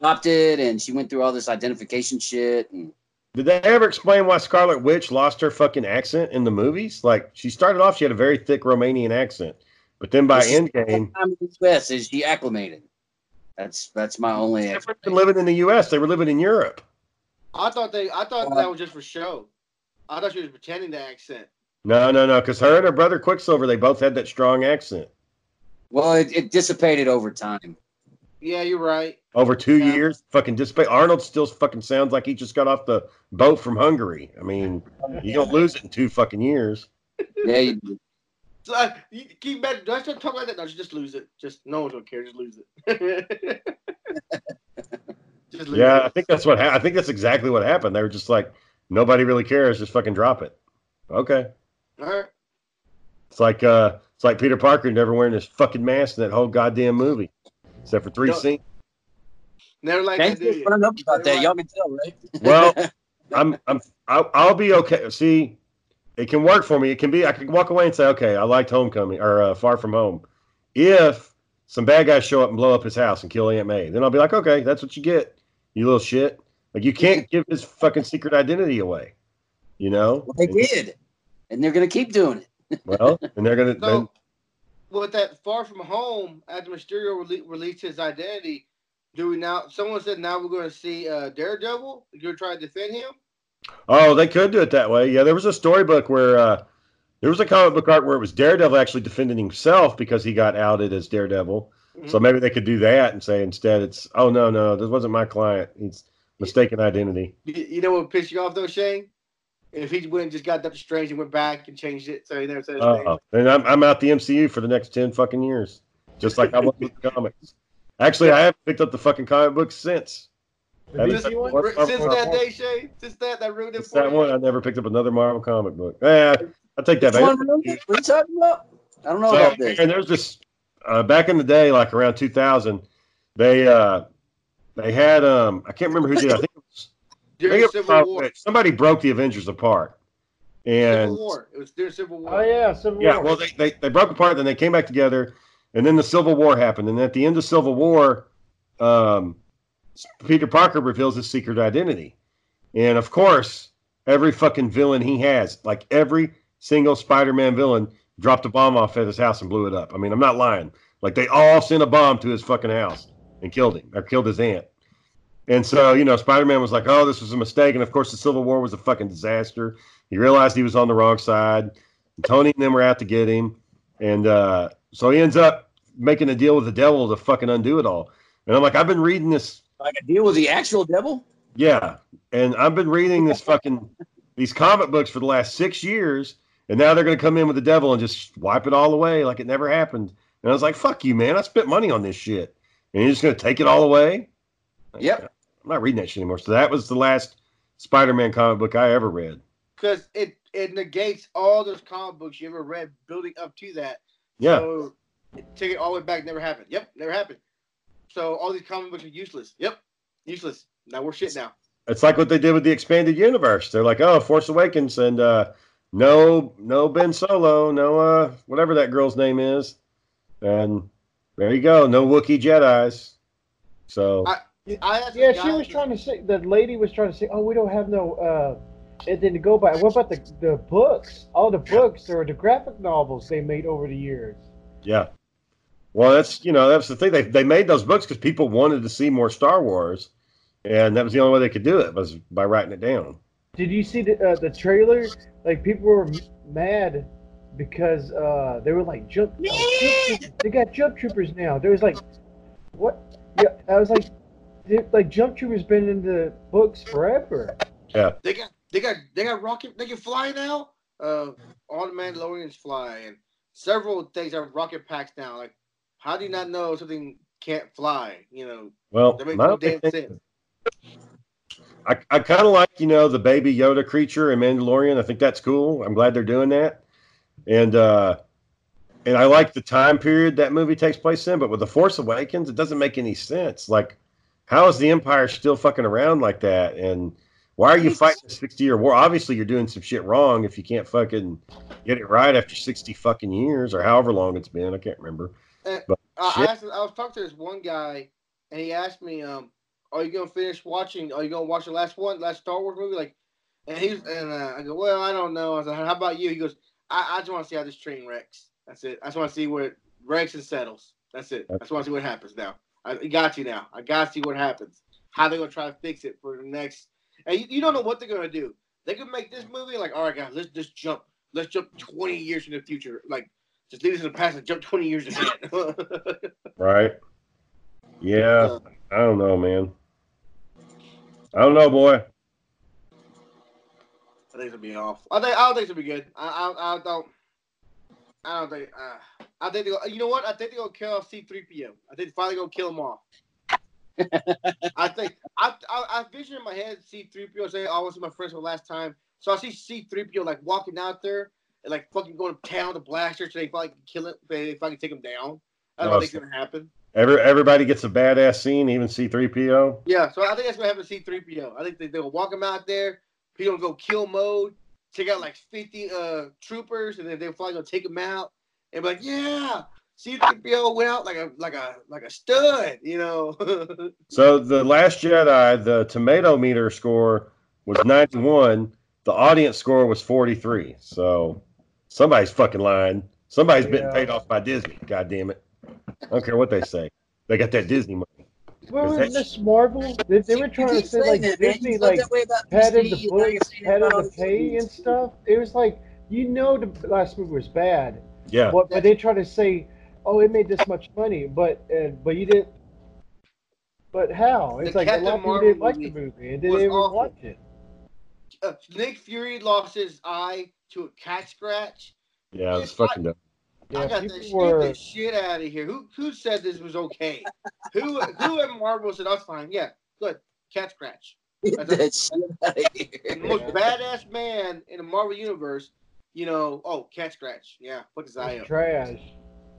Speaker 4: Adopted, and she went through all this identification shit. And
Speaker 1: Did they ever explain why Scarlet Witch lost her fucking accent in the movies? Like she started off, she had a very thick Romanian accent, but then by
Speaker 4: This is-
Speaker 1: Endgame,
Speaker 4: time in the US is she acclimated. That's that's my only.
Speaker 1: they
Speaker 4: ex-
Speaker 1: weren't even living in the U.S., they were living in Europe.
Speaker 3: I thought they. I thought
Speaker 4: Uh,
Speaker 3: that was just for show. I thought she was pretending the accent.
Speaker 1: No, no, no, because her and her brother Quicksilver, they both had that strong accent
Speaker 4: Well, it, it dissipated over time.
Speaker 3: Yeah, you're right.
Speaker 1: over two
Speaker 3: Yeah.
Speaker 1: years. Fucking dissipate. Arnold still fucking sounds like he just got off the boat from Hungary. I mean, you don't lose it in two fucking years.
Speaker 4: Yeah, you do.
Speaker 3: So I, you keep back. Do I still talk like that? No, just lose it. Just no one's gonna care. Just lose it. just lose
Speaker 1: Yeah, I
Speaker 3: it.
Speaker 1: think that's what. Ha- I think that's exactly what happened. They were just like, nobody really cares. Just fucking drop it. Okay.
Speaker 3: All right.
Speaker 1: It's like uh, it's like Peter Parker never wearing his fucking mask in that whole goddamn movie, except for three
Speaker 3: No.
Speaker 1: scenes.
Speaker 3: Never like
Speaker 4: Thanks
Speaker 3: that,
Speaker 4: for
Speaker 3: do you?
Speaker 4: running up about that. Y'all can tell, right?
Speaker 1: Well, I'm I'm I'll, I'll be okay. See, it can work for me. It can be. I can walk away and say, okay, I liked Homecoming or uh, Far From Home. If some bad guys show up and blow up his house and kill Aunt May, then I'll be like, okay, that's what you get, you little shit. Like you can't give his fucking secret identity away, you know?
Speaker 4: Well, they
Speaker 1: And-
Speaker 4: did, and they're gonna keep doing it.
Speaker 1: Well, and they're gonna.
Speaker 3: So, with that Far From Home, after Mysterio rele- released his identity, do we now? Someone said now we're going to see uh, Daredevil. You're trying to defend him.
Speaker 1: Oh, they could do it that way. Yeah, there was a storybook where uh, there was a comic book art where it was Daredevil actually defending himself because he got outed as Daredevil. So maybe they could do that and say instead it's oh no no this wasn't my client. It's mistaken identity.
Speaker 3: You, you know what would piss you off though, Shane? If he went and just got Doctor Strange and went back and changed it, so he never said his name.
Speaker 1: Uh, and I'm, I'm out the MCU for the next ten fucking years, just like I was with the comics. Actually, I haven't picked up the fucking comic books since.
Speaker 2: The
Speaker 1: That
Speaker 3: Since,
Speaker 1: is-
Speaker 2: DC one?
Speaker 1: What's up
Speaker 3: since
Speaker 1: with
Speaker 3: that
Speaker 1: that?
Speaker 3: day, Shane, since that that ruined it
Speaker 1: It's
Speaker 3: for
Speaker 1: that
Speaker 3: you.
Speaker 1: one. I never picked up another Marvel comic book. Yeah, I take that
Speaker 4: Which
Speaker 1: back.
Speaker 4: one was it? What are you talking about? I don't know
Speaker 1: So,
Speaker 4: about this.
Speaker 1: and there's this uh, back in the day, like around 2000, they uh, they had um, I can't remember who did. it. I think it was, I
Speaker 3: During
Speaker 1: think it was
Speaker 3: Civil War.
Speaker 1: somebody broke the Avengers apart, and
Speaker 3: Civil War. It was during Civil War.
Speaker 2: Oh yeah, Civil
Speaker 1: yeah,
Speaker 2: War.
Speaker 1: well, they, they, they broke apart, then they came back together, and then the Civil War happened. And at the end of Civil War, um, Peter Parker reveals his secret identity. And of course, every fucking villain he has, like every single Spider Man villain, dropped a bomb off at his house and blew it up. I mean, I'm not lying. Like they all sent a bomb to his fucking house and killed him or killed his aunt. And so, you know, Spider Man was like, oh, this was a mistake. And of course, the Civil War was a fucking disaster. He realized he was on the wrong side. Tony and them were out to get him. And uh, so he ends up making a deal with the devil to fucking undo it all. And I'm like, I've been reading this.
Speaker 4: Like a deal with the actual devil?
Speaker 1: Yeah. And I've been reading this fucking, these comic books for the last six years. And now they're going to come in with the devil and just wipe it all away like it never happened. And I was like, fuck you, man. I spent money on this shit. And you're just going to take it all away? Like,
Speaker 4: Yep.
Speaker 1: I'm not reading that shit anymore. So that was the last Spider Man comic book I ever read.
Speaker 3: because it it negates all those comic books you ever read building up to that.
Speaker 1: Yeah.
Speaker 3: So take it all the way back, never happened. Yep, never happened. So all these comic books are useless. Yep, useless. Now we're shit now.
Speaker 1: It's like what they did with the expanded universe. They're like, oh, Force Awakens and uh, no, no Ben Solo, no uh, whatever that girl's name is, and there you go, no Wookiee Jedi's. So
Speaker 3: I- I asked
Speaker 2: Yeah,
Speaker 3: the
Speaker 2: she
Speaker 3: guy-
Speaker 2: was trying to say the lady was trying to say, "Oh, we don't have no uh, anything to go by." What about the the books? All the books or the graphic novels they made over the years.
Speaker 1: yeah, well, that's you know that's the thing. They they made those books because people wanted to see more Star Wars, and that was the only way they could do it was by writing it down.
Speaker 2: Did you see the uh, the trailer? Like people were m- mad because uh, they were like jump. uh, jump troopers- they got jump troopers now. There was like, what? Yeah, I was like, they- like jump troopers been in the books forever.
Speaker 3: They got they got they got rocket. They can fly now. Uh, all the Mandalorians fly, and several things have rocket packs now. Like, how do you not know something can't fly? You know,
Speaker 1: Well,
Speaker 3: that makes
Speaker 1: my
Speaker 3: no damn
Speaker 1: opinion-
Speaker 3: sense.
Speaker 1: I, I kind of like you know the baby Yoda creature and Mandalorian. I think that's cool. I'm glad they're doing that, and uh, and I like the time period that movie takes place in. But with the Force Awakens, it doesn't make any sense. Like, how is the Empire still fucking around like that? And why are you fighting a 60 year war? Obviously, you're doing some shit wrong if you can't fucking get it right after 60 fucking years or however long it's been. I can't remember.
Speaker 3: I I
Speaker 1: Shit.
Speaker 3: asked, I was talking to this one guy, and he asked me, um, "Are you gonna finish watching? Are you gonna watch the last one, last Star Wars movie?" Like, and he's and uh, I go, "Well, I don't know." I was like, "How about you?" He goes, "I, I just want to see how this train wrecks. That's it. I just want to see where it wrecks and settles. That's it. I just want to see what happens now. I I got you now. I got to see what happens. How they're gonna try to fix it for the next. And you, you don't know what they're gonna do. They could make this movie like, all right, guys, let's just jump. Let's jump twenty years in the future. Like, just leave us in the past and jump twenty years ahead.
Speaker 1: Right? Yeah. I don't know, man. I don't know, boy.
Speaker 3: I think it'll be off. I think I don't think it'll be good. I I, I don't. I don't think. Uh, I think they. go- You know what? I think they're gonna kill off C three PO. I think they're finally gonna kill him off. I think I, I I vision in my head C three PO saying, "Oh, "I was my friends for the last time." So I see C three PO like walking out there and like fucking going to town to blaster so they finally can kill it. They fucking take him down. I don't
Speaker 1: Oh,
Speaker 3: think
Speaker 1: so-
Speaker 3: it's gonna happen.
Speaker 1: Every, everybody gets a badass scene, even C3PO.
Speaker 3: Yeah, so I think that's gonna happen to C three PO. I think they, they'll walk him out there. He gonna go kill mode, take out like fifty uh troopers, and then they're probably gonna take him out and be like, yeah, C three PO went out like a like a like a stud, you know.
Speaker 1: So the Last Jedi, the tomato meter score was 91. The audience score was 43. So somebody's fucking lying. Somebody's been
Speaker 2: Yeah.
Speaker 1: paid off by Disney. God damn it! I don't care what they say. They got that Disney money.
Speaker 2: What was
Speaker 1: That's-
Speaker 2: Miss Marvel? They, they were trying to say like Disney like patted the foot, patted the pay and stuff. It was like you know the last movie was bad,
Speaker 1: Yeah,
Speaker 2: but but they try to say, oh, it made this much money, but uh, but you didn't. But how? It's
Speaker 3: The
Speaker 2: like a
Speaker 3: Captain
Speaker 2: lot of people
Speaker 3: Marvel
Speaker 2: didn't like the
Speaker 3: movie
Speaker 2: movie and they
Speaker 3: was
Speaker 2: didn't even
Speaker 3: awful.
Speaker 2: watch it.
Speaker 3: Uh, Nick Fury lost his eye to a cat scratch.
Speaker 1: yeah, it's fucking dumb.
Speaker 3: I
Speaker 2: Yeah,
Speaker 3: got the
Speaker 2: people were.
Speaker 3: stupid shit out of here. Who who said this was okay? who who at Marvel said that's fine? Yeah, good. Cat scratch.
Speaker 4: that shit out of here.
Speaker 3: And the most badass man in the Marvel universe, you know. Oh, cat scratch. Yeah, put his eye
Speaker 2: It's
Speaker 3: up.
Speaker 2: trash.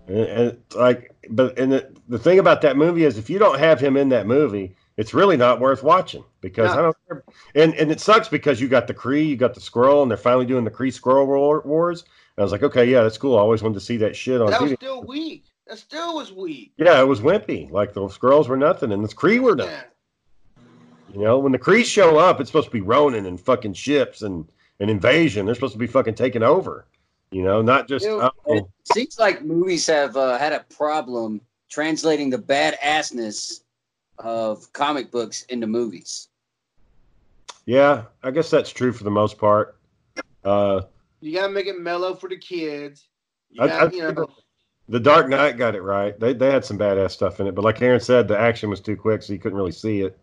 Speaker 1: And, and it's like, but and the, the thing about that movie is, if you don't have him in that movie, it's really not worth watching because
Speaker 3: No.
Speaker 1: I don't. Care. And and it sucks because you got the Cree, you got the Squirrel, and they're finally doing the Cree Squirrel War- Wars. And I was like, okay, yeah, that's cool. I always wanted to see that shit on
Speaker 3: That was
Speaker 1: TV.
Speaker 3: still weak. That still was weak.
Speaker 1: Yeah, it was wimpy. Like the Squirrels were nothing, and the Cree were nothing.
Speaker 3: Yeah.
Speaker 1: You know, when the Crees show up, it's supposed to be Ronin and fucking ships and an invasion. They're supposed to be fucking taking over. You know, not just
Speaker 4: Ew.
Speaker 1: oh,
Speaker 4: Seems like movies have uh, had a problem translating the badassness of comic books into movies.
Speaker 1: yeah. I guess that's true for the most part. Uh,
Speaker 3: You gotta make it mellow for the kids. You
Speaker 1: I-
Speaker 3: gotta,
Speaker 1: I
Speaker 3: you know,
Speaker 1: figured- the Dark Knight got it right. They they had some badass stuff in it, but like Aaron said, the action was too quick, so you couldn't really see it.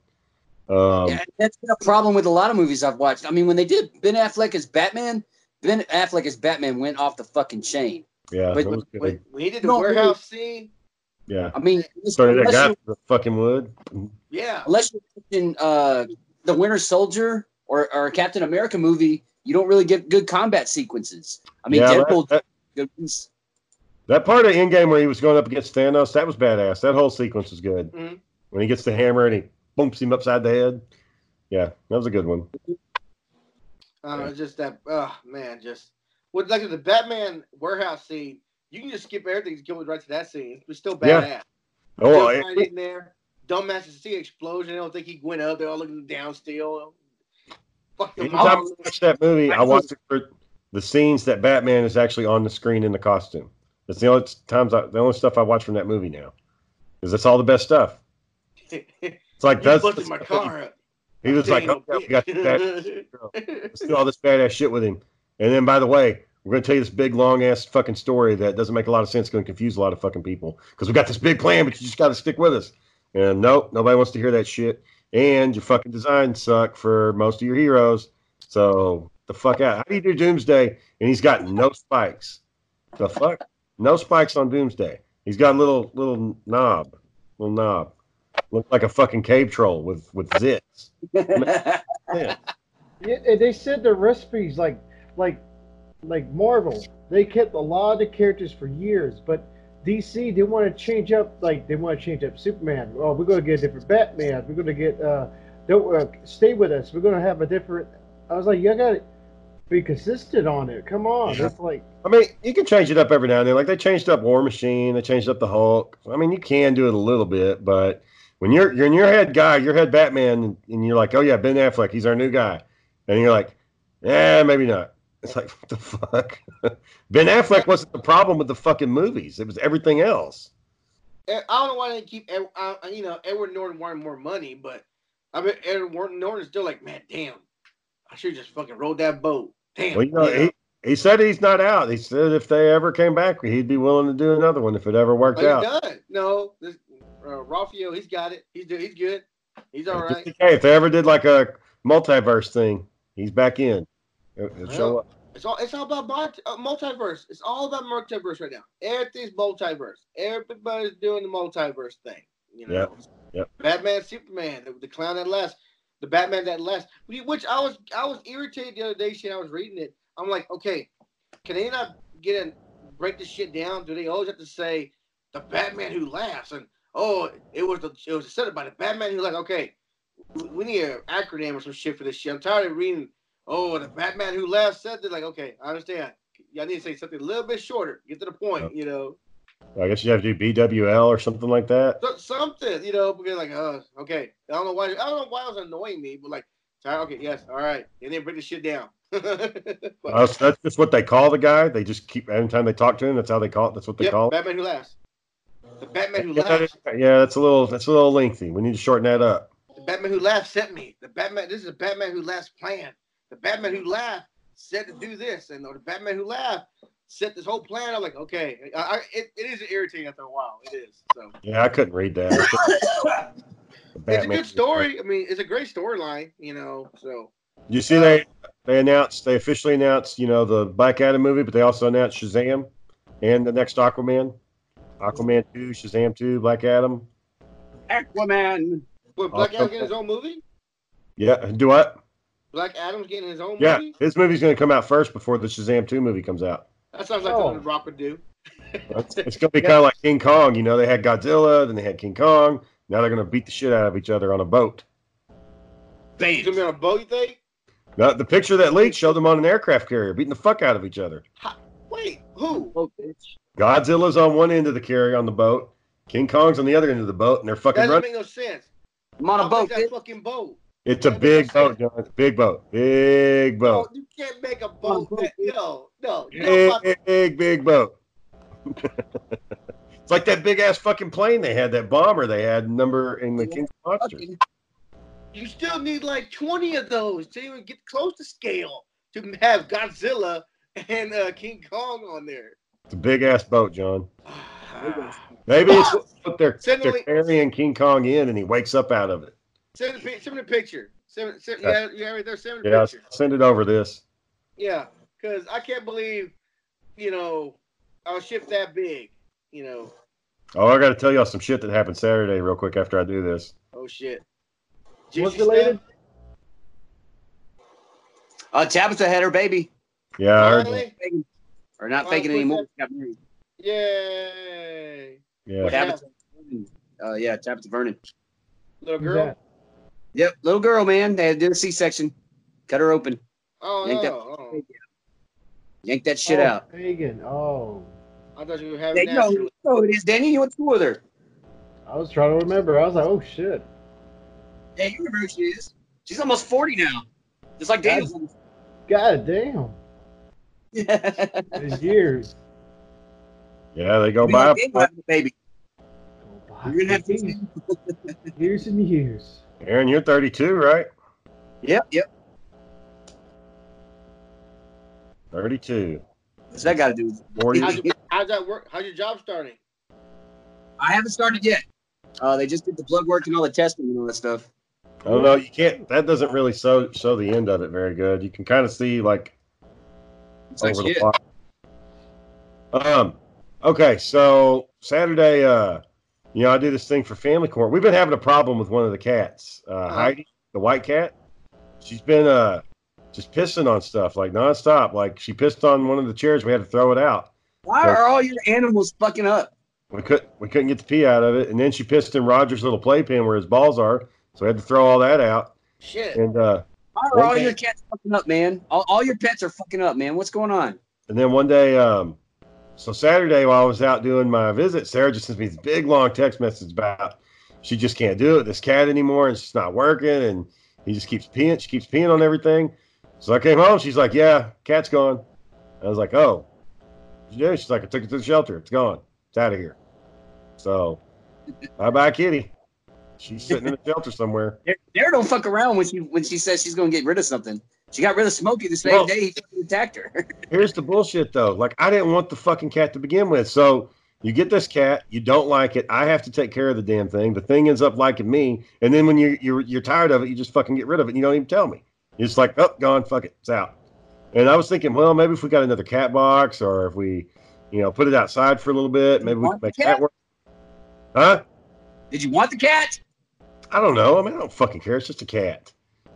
Speaker 1: Um,
Speaker 4: Yeah, that's been a problem with a lot of movies I've watched. I mean, when they did Ben Affleck as Batman, Ben Affleck as Batman went off the fucking chain.
Speaker 1: yeah,
Speaker 4: Wait,
Speaker 1: it was good.
Speaker 3: when, when he did the
Speaker 4: No,
Speaker 3: warehouse scene,
Speaker 1: yeah.
Speaker 4: I mean, unless,
Speaker 1: Started that guy
Speaker 4: you,
Speaker 1: through the fucking wood.
Speaker 3: yeah,
Speaker 4: unless you're watching uh, the Winter Soldier or, or a Captain America movie, you don't really get good combat sequences. I mean,
Speaker 1: yeah,
Speaker 4: Deadpool.
Speaker 1: that,
Speaker 4: good ones.
Speaker 1: that part of Endgame where he was going up against Thanos, that was badass. That whole sequence was good.
Speaker 4: Mm-hmm.
Speaker 3: Mhm.
Speaker 1: When he gets the hammer and he bumps him upside the head. Yeah, that was a good one.
Speaker 3: uh, it's just that. Oh man, just with like the Batman warehouse scene, you can just skip everything, just go right to that scene. It's still
Speaker 1: Yeah.
Speaker 3: badass.
Speaker 1: Oh,
Speaker 3: Bill
Speaker 1: it-
Speaker 3: Knight in there. Dumbasses see an explosion. They don't think he went up. They're all looking down still. Fuck them
Speaker 1: anytime I
Speaker 3: all.
Speaker 1: watch that movie, I
Speaker 4: I was-
Speaker 1: watch it for the scenes that Batman is actually on the screen in the costume. That's the only times I, the only stuff I watch from that movie now, because that's all the best stuff. It's like
Speaker 3: you
Speaker 1: that's
Speaker 3: busted my car up.
Speaker 1: he was like,
Speaker 3: Damn,
Speaker 1: oh, yeah, we got that.
Speaker 3: bitch."
Speaker 1: Let's do all this badass shit with him. And then, by the way, we're going to tell you this big, long ass fucking story that doesn't make a lot of sense, going to confuse a lot of fucking people because we got this big plan, but you just got to stick with us. And nope, nobody wants to hear that shit. And your fucking designs suck for most of your heroes. So the fuck out. How do you do Doomsday? And he's got no spikes. The fuck? No spikes on Doomsday. He's got a little little knob, little knob. Looks like a fucking cave troll with with zits.
Speaker 2: Yeah, and they said the recipes like like like Marvel. They kept a lot of the characters for years, but DC they want to change up like they want to change up Superman. Oh, we're gonna get a different Batman. We're gonna get uh, don't uh, stay with us. We're gonna have a different. I was like, you gotta be consistent on it. Come on,
Speaker 1: Yeah.
Speaker 2: it's like
Speaker 1: I mean, you can change it up every now and then. Like they changed up War Machine, they changed up the Hulk. I mean, you can do it a little bit, but when you're you're in your head guy, your head Batman, and you're like, oh yeah, Ben Affleck, he's our new guy, and you're like, eh, maybe not. It's like what the fuck. ben Affleck wasn't the problem with the fucking movies; it was everything else.
Speaker 3: I don't know why they keep, Ed- uh, you know, Edward Norton wanting more money, but I mean, Edward Norton's still like, man, damn, I should just fucking roll that boat. Damn.
Speaker 1: Well, you know, he, he said he's not out. He said if they ever came back, he'd be willing to do another one if it ever worked
Speaker 3: Like,
Speaker 1: out.
Speaker 3: done. No, this, uh, Raphael, he's got it. He's do, he's good. He's all
Speaker 1: Just
Speaker 3: right.
Speaker 1: in case, if they ever did like a multiverse thing, he's back in. He'll- he'll show
Speaker 3: Well,
Speaker 1: up.
Speaker 3: It's all it's all about multi- uh, multiverse. It's all about multiverse right now. Everything's multiverse. Everybody's doing the multiverse thing. You know.
Speaker 1: yep.
Speaker 3: Batman, Superman, the, the clown that laughs, the Batman that laughs. Wh- Which I was I was irritated the other day. Shit, I was reading it. I'm like, okay, can they not get and break this shit down? Do they always have to say the Batman who laughs and oh, it was the it was said by the Batman who laughs? Okay, we- we need an acronym or some shit for this shit. I'm tired of reading Oh, the Batman who laughs said that. Like, okay, I understand. Y'all need to say something a little bit shorter. Get to the point, you know.
Speaker 1: I guess you have to do BWL or something like that.
Speaker 3: So, something, you know, because like, uh, okay. I don't know why. I don't know why it was annoying me, but like, sorry, okay, yes, all right. And then break the shit down.
Speaker 1: Uh, so that's just what they call the guy. They just keep anytime they talk to him. That's how they call it. That's what they
Speaker 3: yep,
Speaker 1: call it.
Speaker 3: Batman Who Laughs. The Batman Who
Speaker 1: Yeah, that
Speaker 3: Laughs.
Speaker 1: is- yeah, that's a little that's a little lengthy. We need to shorten that up.
Speaker 3: The Batman Who Laughs sent me. The Batman. This is the Batman Who Laughs plan. The Batman Who Laughs said to do this, and the Batman Who Laughs set this whole plan. I'm like, okay, I, I, it, it is irritating after a while. It is. So
Speaker 1: Yeah, I couldn't read that. The
Speaker 3: it's a
Speaker 1: Batman-
Speaker 3: good story. I mean, it's a great storyline. You know. So
Speaker 1: You see, they
Speaker 3: Uh,
Speaker 1: they announced they officially announced you know the Black Adam movie, but they also announced Shazam and the next Aquaman, Aquaman two, Shazam two, Black Adam.
Speaker 4: Aquaman.
Speaker 3: what Black
Speaker 1: Awesome.
Speaker 3: Adam's getting his own movie.
Speaker 1: Yeah, do what?
Speaker 3: Black Adam's getting his own
Speaker 1: Yeah,
Speaker 3: movie.
Speaker 1: his movie's going to come out first before the Shazam two movie comes out.
Speaker 3: That sounds like
Speaker 2: Oh.
Speaker 3: something The Rock would do.
Speaker 1: It's, going to be kind of like King Kong. You know, they had Godzilla, then they had King Kong. Now they're going to beat the shit out of each other on a boat.
Speaker 3: He's gonna be on a boat. You think?
Speaker 1: Now, the picture that leaked showed them on an aircraft carrier beating the fuck out of each other.
Speaker 3: Wait, who?
Speaker 4: Oh, bitch.
Speaker 1: Godzilla's on one end of the carrier on the boat. King Kong's on the other end of the boat, and they're
Speaker 3: That
Speaker 1: fucking
Speaker 3: doesn't
Speaker 1: running.
Speaker 3: make no sense.
Speaker 4: I'm on a
Speaker 3: How big's
Speaker 4: boat,
Speaker 3: that
Speaker 4: bitch.
Speaker 3: fucking boat?
Speaker 1: It's a big boat, John. It's a Big boat. Big
Speaker 3: No,
Speaker 1: boat.
Speaker 3: you can't make a boat.
Speaker 4: boat,
Speaker 3: That, no, no. You know,
Speaker 1: Big,
Speaker 3: fuck-
Speaker 1: big, big boat. it's like that big ass fucking plane they had, that bomber they had number in the King of Monsters.
Speaker 4: Fucking-
Speaker 3: you still need like 20 of those to even get close to scale to have Godzilla and uh, King Kong on there.
Speaker 1: It's a big ass boat, John. Maybe it's what they're, they're
Speaker 3: Suddenly-
Speaker 1: carrying King Kong in and he wakes up out of it.
Speaker 3: send, a, pic- send me a picture. Send, send, yeah,
Speaker 1: Yeah.
Speaker 3: yeah, right there. Send me a
Speaker 1: Yeah,
Speaker 3: picture.
Speaker 1: send it over this.
Speaker 3: Yeah, because I can't believe, you know, a ship that big. You know,
Speaker 1: Oh, I got to tell y'all some shit that happened Saturday, real quick, after I do this.
Speaker 3: oh shit.
Speaker 2: What's
Speaker 3: Juicy
Speaker 2: related?
Speaker 3: stuff?
Speaker 4: Uh, Tabitha had her baby.
Speaker 1: Yeah, I heard that.
Speaker 3: Finally?
Speaker 4: Faking- Or not
Speaker 3: Why
Speaker 4: faking
Speaker 3: was
Speaker 4: anymore. Got married.
Speaker 3: Yay!
Speaker 1: Yeah.
Speaker 4: Tabitha. Vernon. Uh, yeah, Tabitha Vernon.
Speaker 3: Little
Speaker 2: Who's
Speaker 3: Oh, girl.
Speaker 2: that?
Speaker 4: Yep, little girl, man. They did a C-section. Cut her open.
Speaker 3: Oh no!
Speaker 4: Ain't that-
Speaker 3: oh.
Speaker 4: Yank that shit
Speaker 2: oh,
Speaker 4: out.
Speaker 2: Pagan. Oh,
Speaker 3: I thought you were having
Speaker 4: They
Speaker 3: that.
Speaker 4: know you know who it is, Danny. You went to school with her.
Speaker 2: I was trying to remember. I was like, oh shit.
Speaker 4: Yeah, you remember who she is. She's almost 40 now. Just like Daniel's.
Speaker 2: God damn.
Speaker 4: Go
Speaker 2: It's years.
Speaker 1: Yeah, they go by.
Speaker 4: baby.
Speaker 2: Go by.
Speaker 4: You're gonna have
Speaker 2: Years.
Speaker 4: to.
Speaker 2: years and years.
Speaker 1: Aaron, you're 32, right?
Speaker 4: Yep, yep.
Speaker 1: 32.
Speaker 4: What's that got to do? with it?
Speaker 1: Four years.
Speaker 3: How's that work? How's your job starting?
Speaker 4: I haven't started yet. Uh, they just did the blood work and all the testing and all that stuff.
Speaker 1: I don't know. You can't. That doesn't really show show the end of it very good. You can kind of see like
Speaker 4: It's like
Speaker 1: over the
Speaker 4: shit.
Speaker 1: plot. Um. Okay, so Saturday, uh, you know, I do this thing for family court. We've been having a problem with one of the cats, uh, Heidi, the white cat. She's been uh just pissing on stuff like nonstop. Like she pissed on one of the chairs. We had to throw it out.
Speaker 4: Why are all your animals fucking up?
Speaker 1: We could we couldn't get the pee out of it, and then she pissed in Roger's little playpen where his balls are. So we had to throw all that out.
Speaker 3: Shit.
Speaker 1: And uh,
Speaker 4: Why are
Speaker 1: One
Speaker 4: all
Speaker 1: day-
Speaker 4: your cats fucking up, man? All, all your pets are fucking up, man. What's going on?
Speaker 1: And then one day, um, so Saturday while I was out doing my visit, Sarah just sends me this big long text message about she just can't do it, this cat anymore, and she's not working, and he just keeps peeing, she keeps peeing on everything. So I came home, she's like, Yeah, cat's gone. I was like, Oh, what'd you do? She's like, I took it to the shelter, it's gone, it's out of here. So bye bye kitty. She's sitting in a shelter somewhere.
Speaker 4: Dare don't fuck around when she when she says she's gonna get rid of something. She got rid of Smokey the same
Speaker 1: Well-
Speaker 4: day he fucking attacked her.
Speaker 1: Here's the bullshit though. Like I didn't want the fucking cat to begin with. So you get this cat, you don't like it. I have to take care of the damn thing. The thing ends up liking me, and then when you you're you're tired of it, you just fucking get rid of it. And you don't even tell me. You're just like, oh, gone, fuck it, it's out. And I was thinking, well, maybe if we got another cat box, or if we, you know, put it outside for a little bit, maybe we can
Speaker 4: Want the
Speaker 1: make
Speaker 4: cat?
Speaker 1: that work. Huh?
Speaker 4: Did you want the cat?
Speaker 1: I don't know. I mean, I don't fucking care. It's just a cat.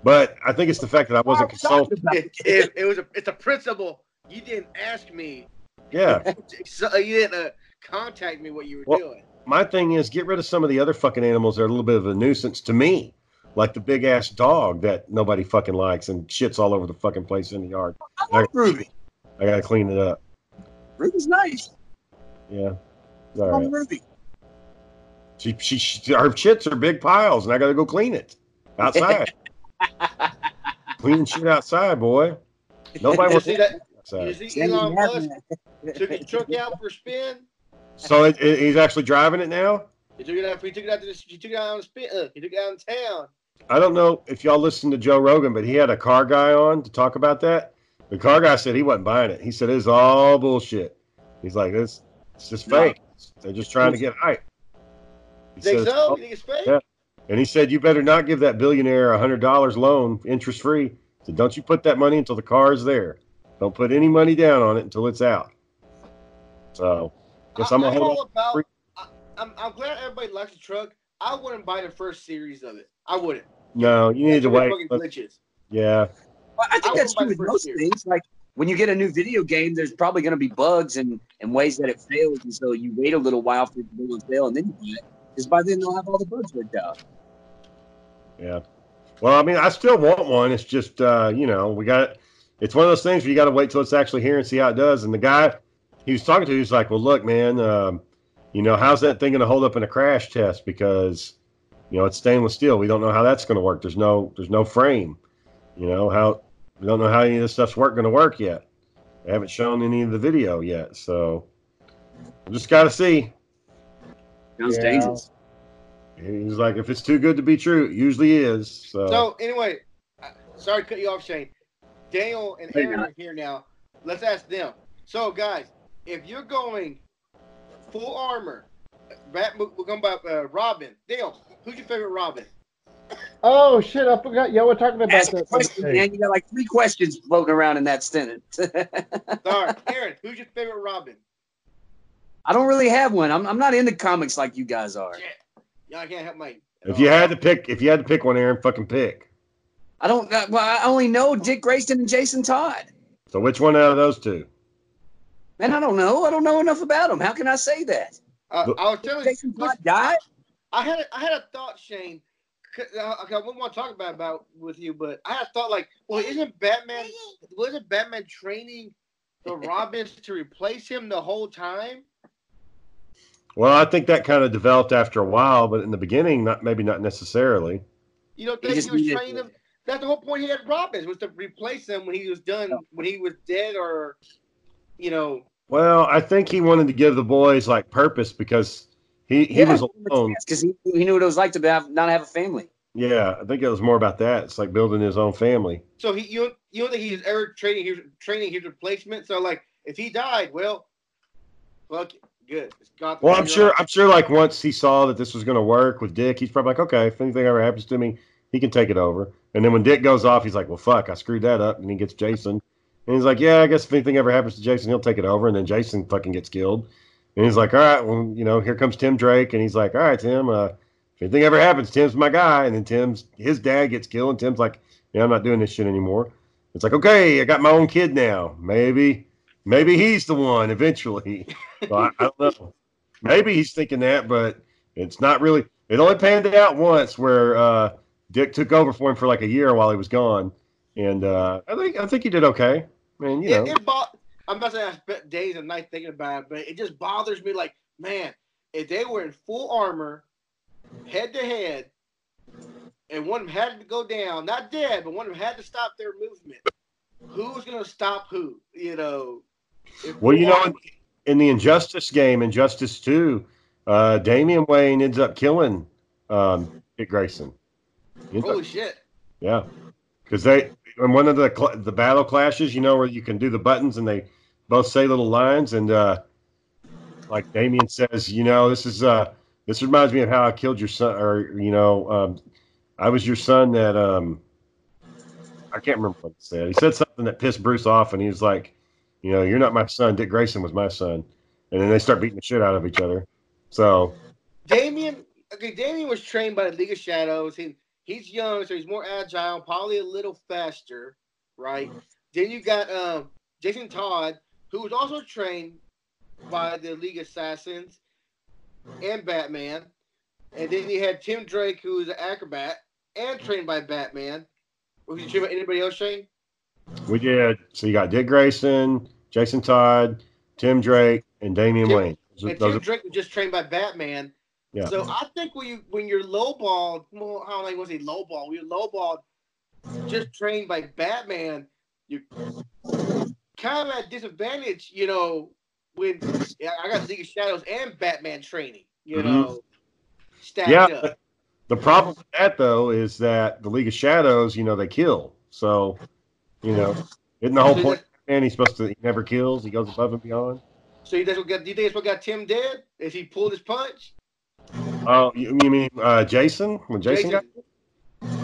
Speaker 1: But I think it's the fact that I wasn't
Speaker 4: Why are we talking
Speaker 1: consulted.
Speaker 4: about
Speaker 3: It, it- it was a, it's a principle. You didn't ask me.
Speaker 1: Yeah.
Speaker 3: So you didn't uh, contact me what you were
Speaker 1: Well-
Speaker 3: doing.
Speaker 1: my thing is get rid of some of the other fucking animals that are a little bit of a nuisance to me, like the big ass dog that nobody fucking likes and shits all over the fucking place in the yard.
Speaker 4: I like Ruby.
Speaker 1: I gotta clean it up.
Speaker 4: Ruby's nice.
Speaker 1: Yeah, it's
Speaker 4: I
Speaker 1: all
Speaker 4: love
Speaker 1: right.
Speaker 4: Ruby.
Speaker 1: She, she, she her shits are big piles, and I gotta go clean it outside. Clean shit outside, boy. Nobody
Speaker 3: You
Speaker 1: was.
Speaker 3: see that?
Speaker 1: So,
Speaker 3: You see Elon Musk uh, took his truck out for a spin.
Speaker 1: so it, it- he's actually driving it now.
Speaker 3: He took it out. He took it out to the. He took it out on a spin. Uh, he took it out in town.
Speaker 1: I don't know if y'all listened to Joe Rogan, but he had a car guy on to talk about that. The car guy said he wasn't buying it. He said it's all bullshit. He's like, it's, it's just
Speaker 4: No.
Speaker 1: fake. They're just trying to get hype. He
Speaker 3: You think
Speaker 1: said,
Speaker 3: so? You think it's fake?
Speaker 1: Yeah. and he said, you better not give that billionaire a hundred dollars loan, interest free. So don't you put that money until the car is there. Don't put any money down on it until it's out. So, guess I'm
Speaker 3: I'm
Speaker 1: gonna hold
Speaker 3: all about.
Speaker 1: free-
Speaker 3: I, I'm, I'm glad everybody likes the truck. I wouldn't buy the first series of it. I wouldn't.
Speaker 1: no, you need
Speaker 3: That's
Speaker 1: to
Speaker 3: where
Speaker 1: wait.
Speaker 3: the fucking glitch is.
Speaker 1: Yeah,
Speaker 4: Well, I
Speaker 3: I
Speaker 4: think that's
Speaker 3: won't
Speaker 4: true
Speaker 3: buy
Speaker 4: with
Speaker 3: the
Speaker 4: most
Speaker 3: first year.
Speaker 4: things. Like when you get a new video game, there's probably going to be bugs and, and ways that it fails, and so you wait a little while for it to go on sale, and then you buy it. Because by then they'll have all the bugs worked out.
Speaker 1: Yeah. Well, I mean, I still want one. It's just, uh, you know, we got It's one of those things where you got to wait till it's actually here and see how it does. And the guy he was talking to, he's like, well, look, man, um, you know, how's that thing going to hold up in a crash test? Because, you know, it's stainless steel. We don't know how that's going to work. There's no, there's no frame. You know how we don't know how any of this stuff's work going to work yet. They haven't shown any of the video yet, so we just got to see.
Speaker 4: Sounds
Speaker 2: Yeah.
Speaker 4: dangerous.
Speaker 1: He's like, if it's too good to be true, it usually is.
Speaker 3: So anyway, I- sorry to cut you off, Shane. Daniel and
Speaker 4: Hey,
Speaker 3: Aaron are here now. Let's ask them. So guys, if you're going full armor, Bat, we're going by uh, Robin. Dale, who's your favorite Robin?
Speaker 2: Oh shit! I forgot y'all were talking about
Speaker 4: Ask a
Speaker 2: that.
Speaker 4: question,
Speaker 2: thing.
Speaker 4: man. You got like three questions floating around in that sentence.
Speaker 3: Sorry, Aaron, who's your favorite Robin?
Speaker 4: I don't really have one. I'm, I'm not into comics like you guys are.
Speaker 3: Shit. Y'all can't help me.
Speaker 1: If you had to pick, if you had to pick one, Aaron, fucking pick.
Speaker 4: I don't. uh, Well, I only know Dick Grayson and Jason Todd.
Speaker 1: So which one out of those two?
Speaker 4: Man, I don't know. I don't know enough about them. How can I say that?
Speaker 3: Uh, I was telling
Speaker 4: Jason
Speaker 3: you,
Speaker 4: Todd died.
Speaker 3: I had I had a thought, Shane. 'cause, uh, okay, I wouldn't want to talk about about with you, but I had a thought like, well, isn't Batman wasn't Batman training the Robins to replace him the whole time?
Speaker 1: Well, I think that kind of developed after a while, but in the beginning, not maybe not necessarily.
Speaker 3: You don't
Speaker 4: He
Speaker 3: think he,
Speaker 4: just
Speaker 3: was
Speaker 4: needed-
Speaker 3: training them? That's the whole point. He had Robins was to replace them when he was done, when he was dead, or you know,
Speaker 1: Well, I think he wanted to give the boys like purpose because he he was alone.
Speaker 4: because he, he knew what it was like to have, not have a family.
Speaker 1: Yeah, I think it was more about that. It's like building his own family.
Speaker 3: so he you don't, you don't think he's ever training his training his replacement? So like, if he died, well, fuck, it, good. It's got
Speaker 1: Well, I'm sure I'm sure like once he saw that this was going to work with Dick, he's probably like, okay, if anything ever happens to me, he can take it over. And then when Dick goes off, he's like, well, fuck, I screwed that up, and he gets Jason. And he's like, yeah, I guess if anything ever happens to Jason, he'll take it over. And then Jason fucking gets killed. And he's like, all right, well, you know, here comes Tim Drake, and he's like, all right, Tim, uh, if anything ever happens, Tim's my guy. And then Tim's his dad gets killed, and Tim's like, yeah, I'm not doing this shit anymore. It's like, okay, I got my own kid now. Maybe, maybe he's the one eventually. So I, I don't know. Maybe he's thinking that, but it's not really. It only panned out once where uh, Dick took over for him for like a year while he was gone, and uh, I think I think he did okay. I mean, you know,
Speaker 3: It, it bo- I'm not saying I spent days and nights thinking about it, but it just bothers me. Like, man, if they were in full armor, head to head, and one of them had to go down, not dead, but one of them had to stop their movement, who was going to stop who? You know? if
Speaker 1: Well, you
Speaker 3: full
Speaker 1: know,
Speaker 3: armor-
Speaker 1: in the Injustice game, Injustice Two, uh, Damian Wayne ends up killing um, Dick Grayson. He ends up-
Speaker 3: holy shit.
Speaker 1: Yeah, because they in one of the cl- the battle clashes, you know, where you can do the buttons and they both say little lines, and uh, like Damien says, you know, this is uh, this reminds me of how I killed your son, or you know, um, I was your son that um, I can't remember what he said. He said something that pissed Bruce off, and he was like, you know, you're not my son. Dick Grayson was my son, and then they start beating the shit out of each other. So
Speaker 3: Damien, okay, Damien was trained by the League of Shadows. He, he's young, so he's more agile, probably a little faster, right? Then you got um, Jason Todd, who was also trained by the League of Assassins and Batman. And then you had Tim Drake, who is an acrobat and trained by Batman. Was you trained by anybody else, Shane?
Speaker 1: we did. So you got Dick Grayson, Jason Todd, Tim Drake, and Damian
Speaker 3: Tim-
Speaker 1: Wayne. Those are-
Speaker 3: And
Speaker 1: those
Speaker 3: Tim
Speaker 1: are-
Speaker 3: Drake was just trained by Batman.
Speaker 1: Yeah.
Speaker 3: So I think when you when you're lowballed, well, I don't like was he lowballed. When you're lowballed, just trained by Batman, you kind of at disadvantage, you know, when yeah, I got League of Shadows and Batman training, you
Speaker 1: Mhm.
Speaker 3: know, stacked
Speaker 1: Yeah.
Speaker 3: up.
Speaker 1: The problem with that though is that the League of Shadows, you know, they kill. So, you know, isn't the whole
Speaker 3: So
Speaker 1: point? And he's supposed to he never kills. He goes above and beyond.
Speaker 3: So you that's what got you think that's what got Tim dead? If he pulled his punch?
Speaker 1: Oh, you, you mean uh, Jason? When Jason, got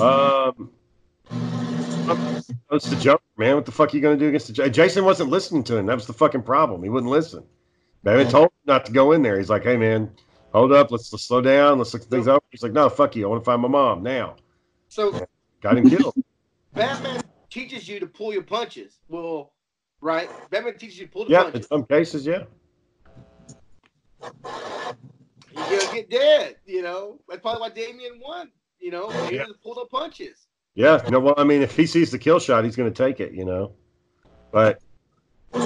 Speaker 1: um, it's the Joker, man. What the fuck you gonna do against the J- Jason? Wasn't listening to him. That was the fucking problem. He wouldn't listen. Batman told him not to go in there. He's like, hey man, hold up. Let's, let's slow down. Let's look things over. He's like, no, fuck you. I want to find my mom now.
Speaker 3: so
Speaker 1: Got him killed.
Speaker 3: Batman teaches you to pull your punches. Well, right? Batman teaches you to pull the
Speaker 1: yeah, in
Speaker 3: punches.
Speaker 1: some cases, yeah.
Speaker 3: You're gonna get dead, you know. That's probably why Damien won, you know. He
Speaker 1: Yeah.
Speaker 3: just pulled up punches.
Speaker 1: Yeah, you know, well, I mean, if he sees the kill shot, he's going to take it, you know. But he,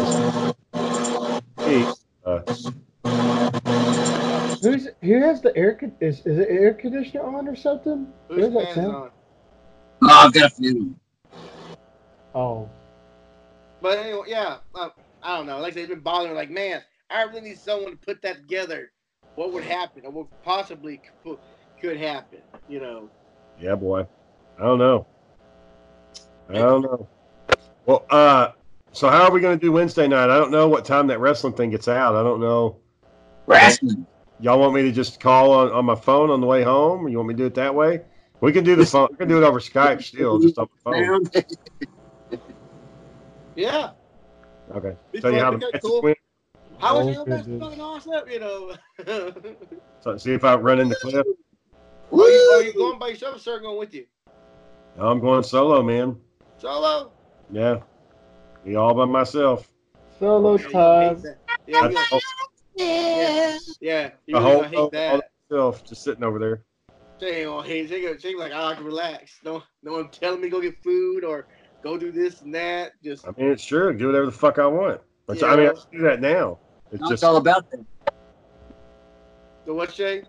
Speaker 1: uh,
Speaker 2: Who's who has the air? Con- is is it air conditioner on or something?
Speaker 3: Who's
Speaker 2: Where's that
Speaker 3: fans
Speaker 2: sound?
Speaker 3: on?
Speaker 4: Oh, I've got a feeling.
Speaker 2: Oh,
Speaker 3: But anyway, yeah, uh, I don't know. Like I said, it's been bothering. Like, man, I really need someone to put that together. What would happen, or what possibly could- could happen? You know,
Speaker 1: yeah, boy, I don't know. I don't know. Well, uh, so how are we going to do Wednesday night? I don't know what time that wrestling thing gets out. I don't know.
Speaker 4: Wrestling.
Speaker 1: Y'all want me to just call on, on my phone on the way home? Or you want me to do it that way? We can do the phone. We can do it over Skype still, just on the phone.
Speaker 4: Down.
Speaker 3: yeah.
Speaker 1: Okay.
Speaker 3: It's
Speaker 1: Tell you
Speaker 3: fun,
Speaker 1: how
Speaker 3: it's
Speaker 1: the
Speaker 3: kinda cool. How was
Speaker 2: Oh,
Speaker 3: your best
Speaker 2: goodness.
Speaker 3: fucking awesome? You know. are,
Speaker 1: So see if I run into Cliff.
Speaker 3: you, are you going by yourself, sir? or Going with you
Speaker 1: I'm going solo, man.
Speaker 3: solo?
Speaker 1: Yeah, be all by myself.
Speaker 2: solo
Speaker 3: Yeah, you gonna hate
Speaker 2: time.
Speaker 3: that. Yeah, you
Speaker 1: That's
Speaker 3: gonna-
Speaker 1: all
Speaker 3: yeah, yeah. You
Speaker 1: The
Speaker 3: really
Speaker 1: whole-
Speaker 3: gonna
Speaker 1: all-
Speaker 3: hate that.
Speaker 1: all- myself, just sitting over there.
Speaker 3: They ain't gonna hate. They gonna they like, ah, I can relax. No, no one telling me to go get food or go do this and that. Just
Speaker 1: I mean, it's sure do whatever the fuck I want. Which, I
Speaker 3: Yeah.
Speaker 1: mean, I can do that now. It's
Speaker 4: It's
Speaker 1: just
Speaker 4: all about that.
Speaker 3: the what, Shay?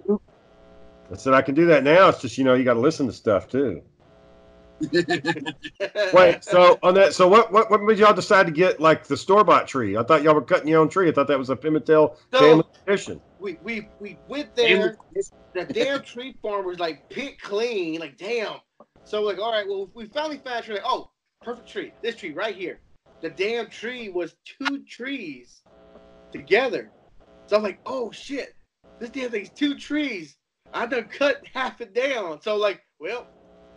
Speaker 1: I said I can do that now. It's just you know you got to listen to stuff too. Wait, so on that, so what what what made y'all decide to get like the store bought tree? I thought y'all were cutting your own tree. I thought that was a Pimentel
Speaker 3: No.
Speaker 1: family tradition.
Speaker 3: we we we went there. The damn tree farm was like picked clean. Like damn. So like, all right, well, we finally found a tree. Oh, perfect tree. This tree right here. The damn tree was two trees together. So I'm like, oh shit, this damn thing's two trees. I done cut half it down. So like, well,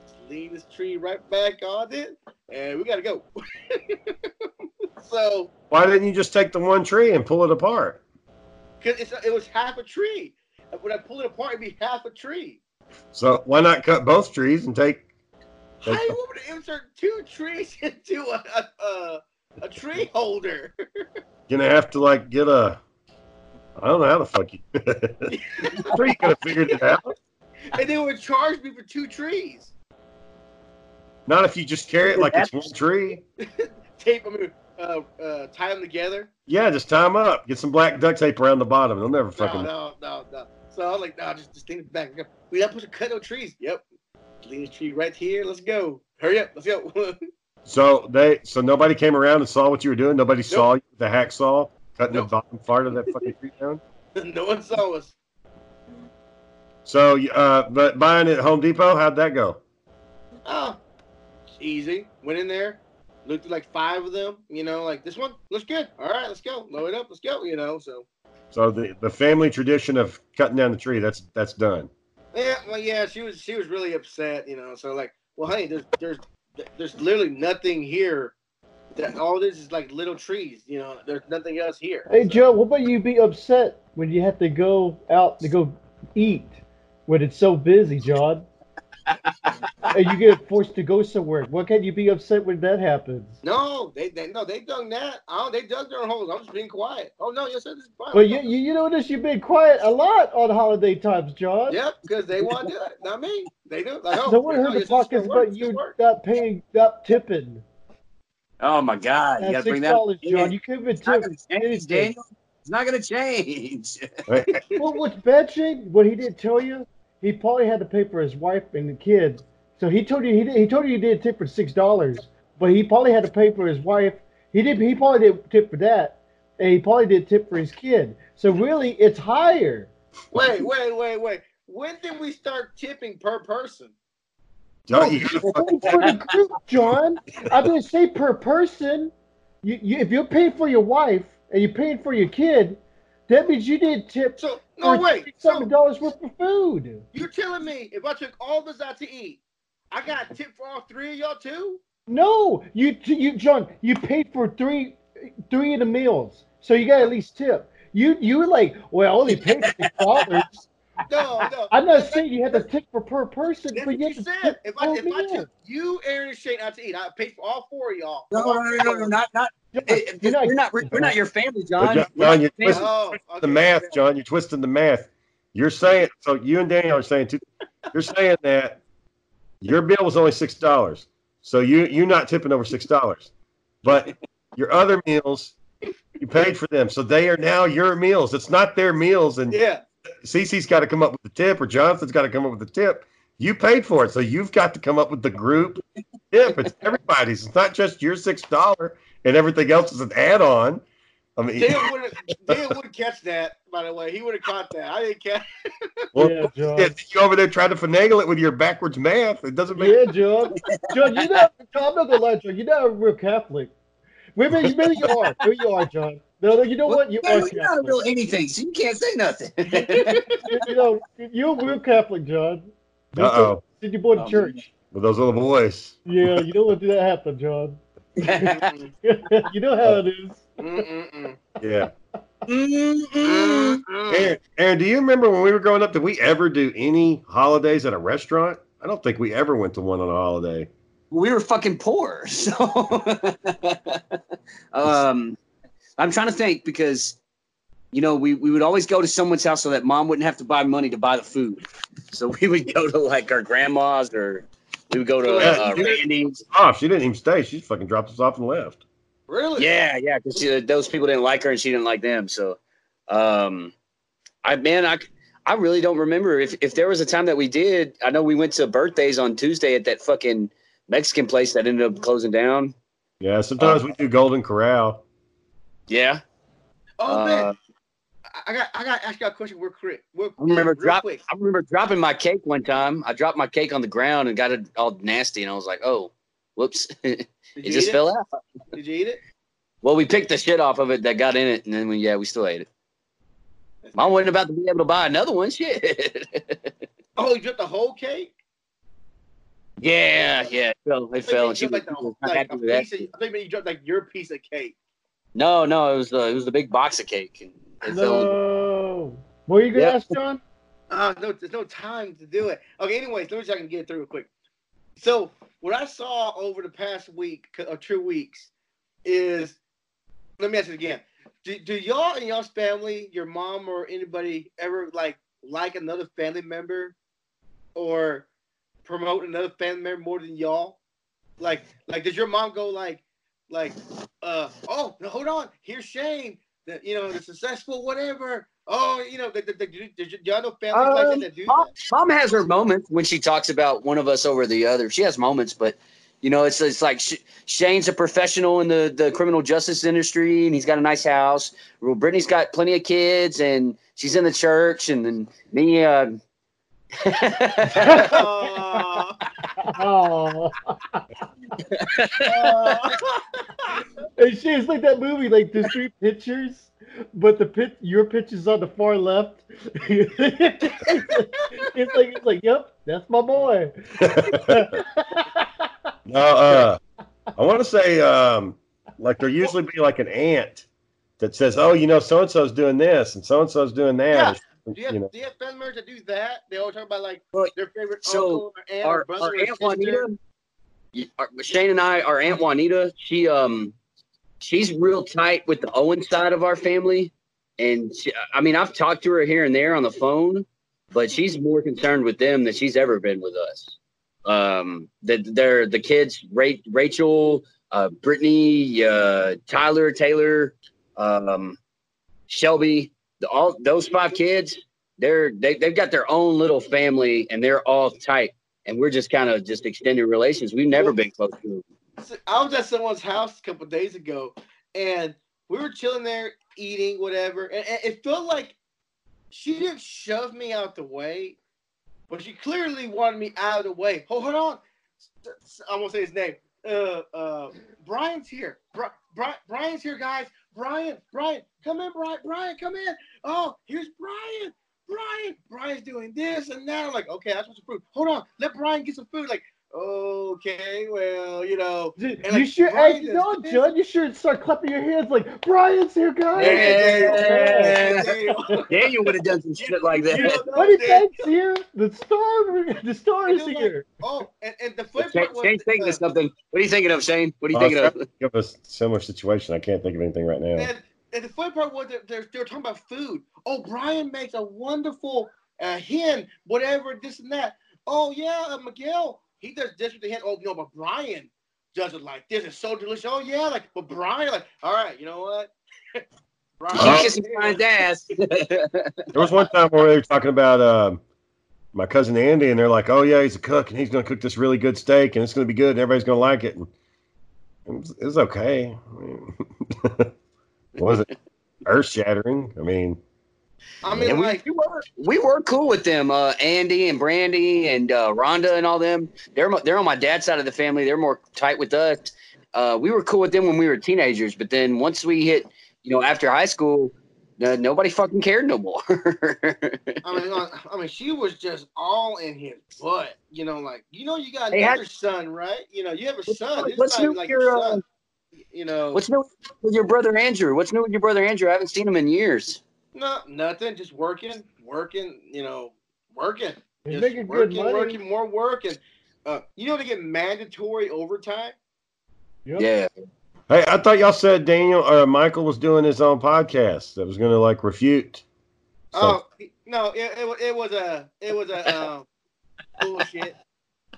Speaker 3: let's lean this tree right back on it, and we gotta go. so.
Speaker 1: Why didn't you just take the one tree and pull it apart?
Speaker 3: Cause it's, it was half a tree. When I pulled it apart, it'd be half a tree.
Speaker 1: So why not cut both trees and take?
Speaker 3: How do you want me to insert two trees into a a, a, a tree holder?
Speaker 1: Gonna have to like get a. I don't know how the fuck you. tree could have figured it out.
Speaker 3: and they would charge me for two trees.
Speaker 1: Not if you just carry it like it's one tree.
Speaker 3: Tape them, uh, uh, tie them together.
Speaker 1: Yeah, just tie them up. Get some black duct tape around the bottom. They'll never
Speaker 3: No,
Speaker 1: fucking.
Speaker 3: no, no, no. So I was like, nah, just just lean it back. We not supposed to cut no trees. Yep. Lean the tree right here. Let's go. Hurry up. Let's go.
Speaker 1: So they, so nobody came around and saw what you were doing. Nobody saw you with the hacksaw cutting the
Speaker 3: Nope.
Speaker 1: bottom part of that fucking tree down.
Speaker 3: no one saw us.
Speaker 1: So, you- uh, but buying it at Home Depot, how'd that go?
Speaker 3: Oh, it's easy. Went in there, looked at like five of them. You know, like this one looks good. All right, let's go. Load it up. Let's go. You know, so
Speaker 1: So the the family tradition of cutting down the tree that's that's done.
Speaker 3: yeah, well, yeah. She was she was really upset. You know, so like, well, honey, there's there's there's literally nothing here. That all this is like little trees. You know, there's nothing else here.
Speaker 2: Hey Joe, what about you be upset when you have to go out to go eat when it's so busy, John? and you get forced to go somewhere. What can you be upset when that happens?
Speaker 3: No, they, they no they dug that. Oh, they dug their holes. I'm just being quiet. Oh no, yes sir, this is fine.
Speaker 2: Well, you you, you notice you've been quiet a lot on holiday times, John.
Speaker 3: Yep, because they want to do it, not me. They do. Like, oh,
Speaker 2: No one
Speaker 3: no,
Speaker 2: heard
Speaker 3: yes,
Speaker 2: the
Speaker 3: this
Speaker 2: podcast
Speaker 3: gonna work,
Speaker 2: about
Speaker 3: this gonna
Speaker 2: you
Speaker 3: work.
Speaker 2: not paying, not tipping.
Speaker 4: Oh my God! You got
Speaker 2: That's
Speaker 4: to bring
Speaker 2: six
Speaker 4: that.
Speaker 2: dollars, John.
Speaker 4: It's
Speaker 2: You could have
Speaker 4: not
Speaker 2: tipped.
Speaker 4: gonna change, Daniel. It's not gonna change.
Speaker 1: Right?
Speaker 2: Well, what's bad, Shane? What he didn't tell you, he probably had to pay for his wife and the kid. So he told you he did, he told you he did tip for six dollars, but he probably had to pay for his wife, He did. He probably did tip for that, and he probably did tip for his kid. So really, it's higher.
Speaker 3: Wait, wait, wait, wait. When did we start tipping per person? Oh,
Speaker 1: Y'all, you gotta fuck-
Speaker 2: Only for the group, John. I'm gonna say per person. You, you, if you're paying for your wife and you're paying for your kid, that means you did tip
Speaker 3: So no wait.
Speaker 2: seven
Speaker 3: So
Speaker 2: dollars worth of food.
Speaker 3: you're telling me if I took all of us out to eat, I got tipped for all three of y'all too?
Speaker 2: No, you, you, John, you paid for three, three of the meals, so you got at least tip. You, you were like, well, I only paid six dollars.
Speaker 3: No, no.
Speaker 2: I'm not saying you had to tip for per person,
Speaker 3: That's
Speaker 2: but you
Speaker 3: what you
Speaker 2: had to
Speaker 3: said.
Speaker 2: tip
Speaker 3: If I
Speaker 2: per
Speaker 3: if I
Speaker 2: meal.
Speaker 3: took you, Aaron, and Shane out to eat, I paid for all four of y'all.
Speaker 4: No, no, no, no, no, not not.
Speaker 2: John,
Speaker 4: it- it-
Speaker 2: you're not-
Speaker 4: we're not. We're not your family, John.
Speaker 1: But John-
Speaker 4: We're not
Speaker 1: John,
Speaker 4: your
Speaker 1: you're
Speaker 4: family.
Speaker 3: Oh, okay.
Speaker 1: the math, John. You're twisting the math. You're saying so. You and Daniel are saying two, you're saying that your bill was only six dollars, so you you're not tipping over six dollars, but your other meals you paid for them, so they are now your meals. It's not their meals, and
Speaker 3: Yeah.
Speaker 1: Cece's got to come up with the tip, or Jonathan's got to come up with the tip. You paid for it, so you've got to come up with the group tip. It's everybody's. It's not just your six dollar, and everything else is an add on. I mean,
Speaker 3: Dan would have Dan would have catch that, by the way. He would have caught that. I didn't catch
Speaker 1: well,
Speaker 2: yeah, John.
Speaker 1: Yeah, you over there trying to finagle it with your backwards math. It doesn't make
Speaker 2: Yeah, John. John, you're not. John, I'm not gonna lie, John. You're not a real Catholic. Maybe, maybe you are. Maybe you are, John. No, no, you know what? You
Speaker 4: Well,
Speaker 2: are
Speaker 4: you're not a
Speaker 2: Catholic.
Speaker 4: real anything, so you can't say nothing.
Speaker 2: You, you know, you're a real Catholic, John.
Speaker 1: Uh oh.
Speaker 2: Did you born to
Speaker 3: Um,
Speaker 4: Oh,
Speaker 2: church?
Speaker 1: With those little boys.
Speaker 2: Yeah, you don't want to do that happen, John.
Speaker 3: Mm-mm.
Speaker 2: you know how it is.
Speaker 3: Mm-mm.
Speaker 1: Yeah.
Speaker 4: Mm-mm.
Speaker 3: Mm-mm.
Speaker 1: Aaron, Aaron, do you remember when we were growing up? Did we ever do any holidays at a restaurant? I don't think we ever went to one on a holiday.
Speaker 4: we were fucking poor. So um I'm trying to think because you know, we, we would always go to someone's house so that mom wouldn't have to buy money to buy the food. So we would go to like our grandma's or we would go to uh,
Speaker 1: Yeah.
Speaker 4: Randy's.
Speaker 1: Oh, she didn't even stay. She just fucking dropped us off and left.
Speaker 3: Really?
Speaker 4: Yeah, yeah, because those people didn't like her and she didn't like them. So um I man, I I really don't remember if if there was a time that we did. I know we went to birthdays on Tuesday at that fucking Mexican place that ended up closing down.
Speaker 1: Yeah, sometimes we do Golden Corral.
Speaker 4: Yeah.
Speaker 3: Oh man.
Speaker 4: Uh,
Speaker 3: I- I got I got to ask y'all a question real quick. Real,
Speaker 4: I remember
Speaker 3: real
Speaker 4: drop-
Speaker 3: quick.
Speaker 4: I remember dropping my cake one time. I dropped my cake on the ground and got it all nasty, and I was like, "Oh, whoops!" it
Speaker 3: Did you
Speaker 4: just
Speaker 3: eat
Speaker 4: fell out.
Speaker 3: it? Did you eat it?
Speaker 4: Well, we picked the shit off of it that got in it, and then we yeah, we still ate it. Mom wasn't about to be able to buy another one. Shit.
Speaker 3: Oh, you dropped the whole cake?
Speaker 4: yeah, yeah. So it
Speaker 3: I think
Speaker 4: fell,
Speaker 3: you
Speaker 4: and she was
Speaker 3: dropped, like, the-
Speaker 4: was not
Speaker 3: like, a
Speaker 4: happy with that.
Speaker 3: piece of- I think maybe you dropped like your piece of cake.
Speaker 4: No, no, it was the it was the big box of cake, and it fell.
Speaker 2: No. What were you gonna
Speaker 4: Yeah.
Speaker 2: ask, John?
Speaker 3: Uh, no, there's no time to do it. Okay, anyways, let me see if I can get it through real quick. So what I saw over the past week c- or two weeks is, let me ask it again. Do, do y'all and y'all's family, your mom or anybody, ever like like another family member, or promote another family member more than y'all? Like, like does your mom go like, like, uh, oh, no, hold on, here's Shane, the, you know, the successful whatever. Oh, you know, the, the, the, the, do y'all know families like that
Speaker 4: Um,
Speaker 3: that do
Speaker 4: Mom,
Speaker 3: that?
Speaker 4: mom has her moments when she talks about one of us over the other. She has moments, but you know, it's it's like Sh- Shane's a professional in the the criminal justice industry, and he's got a nice house. Well, Brittany's got plenty of kids, and she's in the church, and then me. Uh,
Speaker 3: Aw.
Speaker 2: Oh,
Speaker 3: Uh, Aw.
Speaker 2: and she was like that movie, like there's three pictures, but the pit, your picture's on the far left. it's like it's like, yep, that's my boy.
Speaker 1: No, uh, I want to say, um, like, there usually be like an aunt that says, oh, you know, so and so's doing this and so and so's doing that.
Speaker 3: Do you have,
Speaker 1: You know,
Speaker 3: do you have family members that do that? They always talk about like
Speaker 4: Well,
Speaker 3: their favorite
Speaker 4: so
Speaker 3: uncle or aunt or
Speaker 4: our,
Speaker 3: brother
Speaker 4: our
Speaker 3: or
Speaker 4: aunt
Speaker 3: sister.
Speaker 4: Juanita. y- our- Shane and I, our aunt Juanita, she um, she's real tight with the Owen side of our family, and she, I mean I've talked to her here and there on the phone, but she's more concerned with them than she's ever been with us. Um, that they're the kids, Ra- Rachel, uh, Brittany, uh, Tyler, Taylor, um, Shelby, the, all those five kids, they're they, they've got their own little family and they're all tight and we're just kind of just extended relations. We've never been close to them.
Speaker 3: so I was at someone's house a couple days ago, and we were chilling there eating whatever, and, and it felt like she didn't shove me out the way, but she clearly wanted me out of the way. Oh, hold on, I'm gonna say his name. Uh, uh, Brian's here. Bri- Bri- Brian's here, guys. Brian, Brian, come in, Brian, Brian, come in. Oh, here's Brian. Brian, Brian's doing this and that. I'm like, okay, I want some food. Hold on, let Brian get some food. Like, okay, well, you know.
Speaker 2: Dude,
Speaker 3: And,
Speaker 2: you
Speaker 3: like,
Speaker 2: should, hey,
Speaker 3: Brian is-
Speaker 2: no, Judd, you should start clapping your hands like, Brian's here, guys.
Speaker 4: Yeah.
Speaker 3: Daniel.
Speaker 4: Daniel would have done some shit like
Speaker 3: You
Speaker 4: that.
Speaker 3: don't know,
Speaker 2: Buddy
Speaker 3: Daniel.
Speaker 2: Ben's here. The star, the star is
Speaker 3: Like,
Speaker 2: here.
Speaker 3: Oh, and, and the flip
Speaker 4: Shane, Shane's thinking of something. What are you thinking of, Shane? What are you
Speaker 1: I was
Speaker 4: thinking of?
Speaker 1: trying to think of a similar situation. I can't think of anything right now.
Speaker 3: And, and the funny part was that they're, they're talking about food. Oh, Brian makes a wonderful uh, hen, whatever, this and that. Oh, yeah, uh, Miguel, he does this with the hen. Oh, no, but Brian does it like this. It's so delicious. Oh, yeah, like, but Brian, like, all right, you know what? Brian,
Speaker 1: Oh.
Speaker 4: She kissing Brian's ass.
Speaker 1: There was one time where they were talking about um, my cousin Andy, and they're like, "Oh yeah, he's a cook, and he's going to cook this really good steak, and it's going to be good, and everybody's going to like it." And it was, it was okay. I mean, it wasn't earth shattering. I mean,
Speaker 3: I
Speaker 4: Yeah,
Speaker 3: mean,
Speaker 4: we,
Speaker 3: like,
Speaker 4: we were we were cool with them, uh, Andy and Brandy and uh, Rhonda and all them. They're mo- they're on my dad's side of the family. They're more tight with us. Uh, we were cool with them when we were teenagers, but then once we hit, you know, after high school, uh, nobody fucking cared no more.
Speaker 3: I mean, uh, I mean, she was just all in his butt. You know, like, you know, you got
Speaker 4: Hey,
Speaker 3: another son, right? You know, you have a son. This
Speaker 4: what's
Speaker 3: might be
Speaker 4: new
Speaker 3: like
Speaker 4: with
Speaker 3: your
Speaker 4: your, uh,
Speaker 3: son. You know,
Speaker 4: What's new with your brother Andrew? What's new with your brother Andrew? I haven't seen him in years.
Speaker 3: No, nothing. Just working, working. You know, working.
Speaker 2: He's
Speaker 3: Just
Speaker 2: making
Speaker 3: working,
Speaker 2: good money.
Speaker 3: working, more work, and uh, you know they get mandatory overtime.
Speaker 2: Yep.
Speaker 4: Yeah,
Speaker 1: hey, I thought y'all said Daniel or Michael was doing his own podcast that was going to like refute.
Speaker 3: Oh no, it, it, wa- it was a it was a um, bullshit.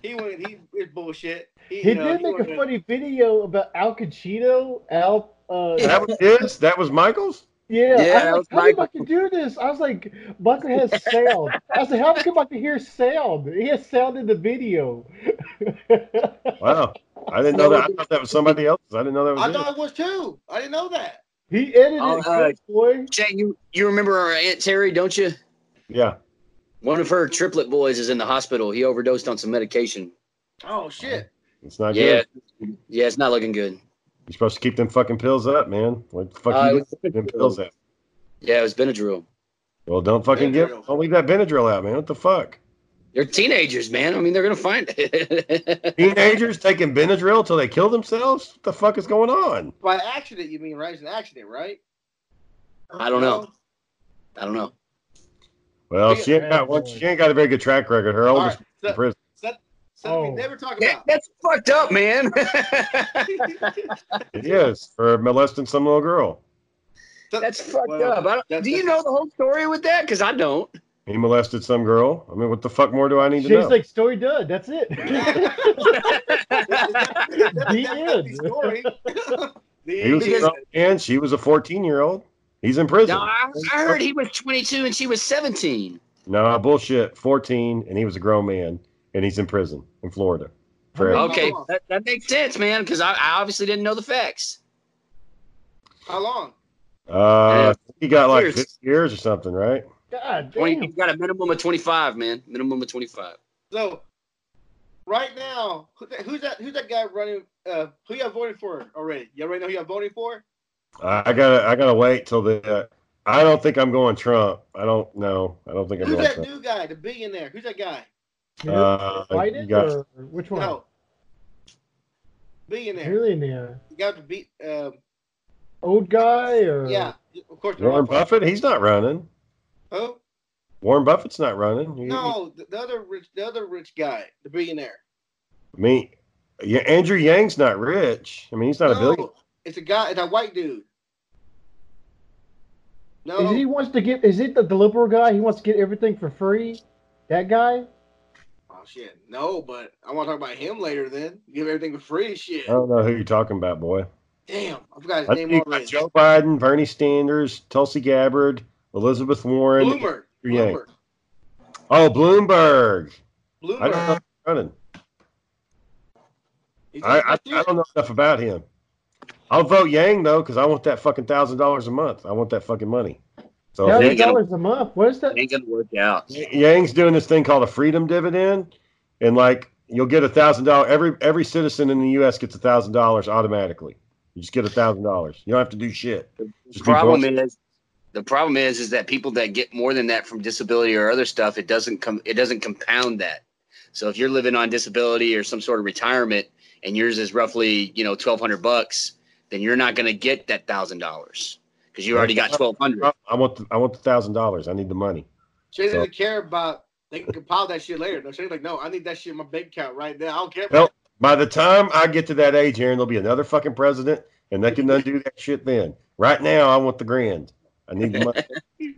Speaker 3: He went. He is bullshit. He,
Speaker 2: He
Speaker 3: you know,
Speaker 2: did
Speaker 3: he
Speaker 2: make a
Speaker 3: went-
Speaker 2: funny video about Al Pacino. Al, uh,
Speaker 1: that was his. That was Michael's.
Speaker 2: yeah.
Speaker 4: Yeah,
Speaker 2: I
Speaker 4: that
Speaker 2: was
Speaker 4: was
Speaker 2: like, how did
Speaker 4: Michael.
Speaker 2: Bucky do this? I was like, Bucky has sound. I was like, how come I can hear sound? He has sound in the video.
Speaker 1: Wow, I didn't know that. I thought that was somebody else's. I didn't know that was.
Speaker 3: I
Speaker 1: his.
Speaker 3: thought it was too. I didn't know that.
Speaker 2: he edited
Speaker 4: Oh,
Speaker 2: it,
Speaker 4: uh,
Speaker 2: good boy.
Speaker 4: Jay, you you remember our aunt Terry, don't you?
Speaker 1: Yeah,
Speaker 4: One of her triplet boys is in the hospital. He overdosed on some medication.
Speaker 3: Oh shit.
Speaker 1: it's not
Speaker 4: Yeah,
Speaker 1: good.
Speaker 4: yeah, it's not looking good.
Speaker 1: You're supposed to keep them fucking pills up, man. What the fuck
Speaker 4: Uh,
Speaker 1: you
Speaker 4: it
Speaker 1: doing
Speaker 4: was
Speaker 1: with them
Speaker 4: Benadryl.
Speaker 1: pills up?
Speaker 4: Yeah, it was Benadryl.
Speaker 1: Well, don't fucking give.
Speaker 3: Benadryl.
Speaker 1: Don't leave that Benadryl out, man. What the fuck?
Speaker 4: They're teenagers, man. I mean, they're gonna find it.
Speaker 1: Teenagers taking Benadryl till they kill themselves? What the fuck is going on?
Speaker 3: By accident, you mean right? It's an accident, right?
Speaker 4: I don't know. I don't know.
Speaker 1: Well, she ain't got one.
Speaker 2: Benadryl.
Speaker 1: She ain't got a very good track record. Her
Speaker 3: All
Speaker 1: oldest
Speaker 3: right.
Speaker 1: in
Speaker 3: So,
Speaker 1: prison.
Speaker 3: so we
Speaker 2: Oh.
Speaker 3: never talk
Speaker 4: That,
Speaker 3: about.
Speaker 4: that's fucked up, man.
Speaker 1: It is for molesting some little girl.
Speaker 3: So-
Speaker 4: that's fucked
Speaker 3: Well,
Speaker 4: up. I don't,
Speaker 3: that's-
Speaker 4: do you know the whole story with that? Because I don't.
Speaker 1: He molested some girl. I mean, what the fuck more do I need
Speaker 2: She's
Speaker 1: to know?
Speaker 2: like, story done. That's it.
Speaker 3: the
Speaker 2: end.
Speaker 3: Story. The
Speaker 1: he was
Speaker 3: end.
Speaker 1: a grown man. She was a 14 year old. He's in prison.
Speaker 4: No, I, I heard he was 22 and she was 17.
Speaker 1: Nah, bullshit. 14, and he was a grown man, and he's in prison in Florida. Forever.
Speaker 2: How
Speaker 4: Okay, that, that makes sense, man. Because I, I obviously didn't know the facts.
Speaker 3: How long?
Speaker 1: Uh, he got like
Speaker 4: Years.
Speaker 1: 50 years or something, right?
Speaker 2: God
Speaker 4: 20,
Speaker 2: damn.
Speaker 4: you got a minimum of 25, man. Minimum of 25.
Speaker 3: So, right now, who that, who's that? Who's that guy running? Uh, who y'all voting for already? Y'all already know who y'all voting for?
Speaker 1: I I gotta, I gotta wait till the. Uh, I don't think I'm going Trump. I don't know. I don't think I'm
Speaker 3: Who's
Speaker 1: going
Speaker 3: that
Speaker 1: Trump.
Speaker 3: new guy, the billionaire? Who's that guy?
Speaker 1: Uh, you
Speaker 2: Biden
Speaker 1: got-
Speaker 2: or or which one?
Speaker 3: No, billionaire.
Speaker 2: Billionaire.
Speaker 3: You got to beat. Um,
Speaker 2: Old guy or
Speaker 3: yeah,
Speaker 1: Uh,
Speaker 3: of course. the
Speaker 1: Warren
Speaker 3: wrong
Speaker 1: Buffett, he's not running.
Speaker 3: Oh
Speaker 1: Warren Buffett's not running. You-
Speaker 3: no, the, the other rich, the other rich guy, the billionaire.
Speaker 1: I mean, yeah, Andrew Yang's not rich. I mean, he's not a
Speaker 3: no,
Speaker 1: billionaire.
Speaker 3: it's a guy. It's a white dude. No,
Speaker 2: Is he wants to get? Is it the, the liberal guy? He wants to get everything for free. That guy.
Speaker 3: Oh shit, no, but I want to talk about him later. Then give everything for free. Shit,
Speaker 1: I don't know who you're talking about, boy.
Speaker 3: damn, I forgot his
Speaker 1: Oh. I
Speaker 3: name
Speaker 1: think you got
Speaker 3: already.
Speaker 1: Joe Biden, Bernie Sanders, Tulsi Gabbard, Elizabeth Warren.
Speaker 3: Bloomberg,
Speaker 1: Yeah.
Speaker 3: Bloomberg,
Speaker 1: Oh, Bloomberg. I don't know
Speaker 3: Bloomberg.
Speaker 1: if he's running.
Speaker 3: He's-
Speaker 1: I, I, I don't know enough about him. I'll vote Yang though because I want that fucking thousand dollars a month. I want that fucking money. So if
Speaker 2: Thousand
Speaker 4: they get
Speaker 2: dollars a month. What is that?
Speaker 4: It ain't gonna work out.
Speaker 1: Yang's doing this thing called a freedom dividend, and like you'll get a thousand dollar every every citizen in the U.S. gets a thousand dollars automatically. You just get a thousand dollars. You don't have to do shit.
Speaker 4: The
Speaker 1: Just be
Speaker 4: problem
Speaker 1: bullshit.
Speaker 4: is, the problem is, is that people that get more than that from disability or other stuff, it doesn't come, it doesn't compound that. So if you're living on disability or some sort of retirement, and yours is roughly, you know, twelve hundred bucks, then you're not gonna get that thousand dollars because you already got twelve hundred.
Speaker 1: I want the, I want the thousand dollars. I need the money.
Speaker 3: Shane doesn't care about. They can compile that shit later. No, Shane's like, no, I need that shit in my bank account right now. I don't care.
Speaker 1: Well- By the time I get to that age, Aaron, there'll be another fucking president, and they can undo that shit then. Right now, I want the grand. I need the money.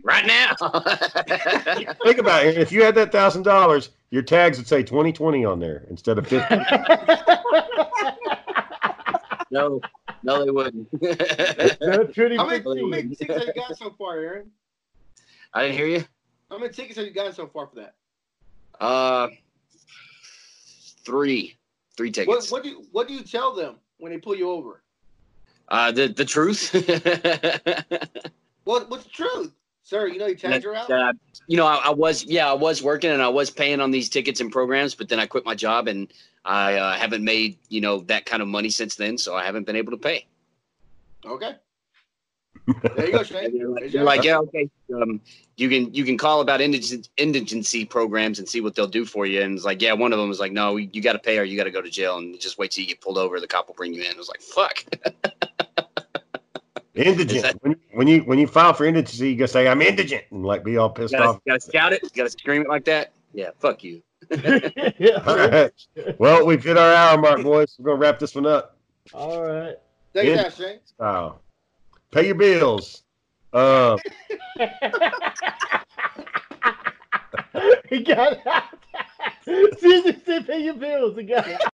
Speaker 4: Right now,
Speaker 1: Think about it. Aaron. If you had that thousand dollars, your tags would say twenty twenty on there instead of fifty.
Speaker 4: no, no, they wouldn't.
Speaker 2: No, Trudy
Speaker 3: How many, how
Speaker 2: 15.
Speaker 3: many tickets have you got so far, Aaron?
Speaker 4: I didn't hear you.
Speaker 3: How many tickets have you gotten so far for that?
Speaker 4: Uh, three, three
Speaker 3: What
Speaker 4: tickets.
Speaker 3: what do you, what do you tell them when they pull you over?
Speaker 4: Uh, the the truth.
Speaker 3: What what's the truth, sir? You know you tagged her out.
Speaker 4: that I- you know, I, I was yeah, I was working and I was paying on these tickets and programs, but then I quit my job and I uh, haven't made you know that kind of money since then, so I haven't been able to pay.
Speaker 3: Okay. There you go,
Speaker 4: And
Speaker 3: Shane.
Speaker 4: They're like,
Speaker 3: There's
Speaker 4: they're
Speaker 3: your-
Speaker 4: like, yeah, okay, um, you can you can call about indigent, indigency programs and see what they'll do for you. And it's like, yeah, one of them was like, no, you got to pay or you got to go to jail and just wait till you get pulled over. The cop will bring you in. It was like, fuck.
Speaker 1: Indigent.
Speaker 4: Is that-
Speaker 1: when, when you when you file for indigency, you gotta say I'm indigent and like be all pissed
Speaker 4: gotta,
Speaker 1: off.
Speaker 4: gotta shout it. Gotta scream it like that. Yeah, fuck you.
Speaker 1: All
Speaker 2: yeah.
Speaker 1: right. Well, we've hit our hour mark, boys. We're gonna wrap this one up.
Speaker 2: All right.
Speaker 3: Thank you,
Speaker 1: Yeah.
Speaker 3: yeah. Shane.
Speaker 1: Style. Pay your bills. Uh,
Speaker 2: he got out. Susan said, pay your bills. He got out.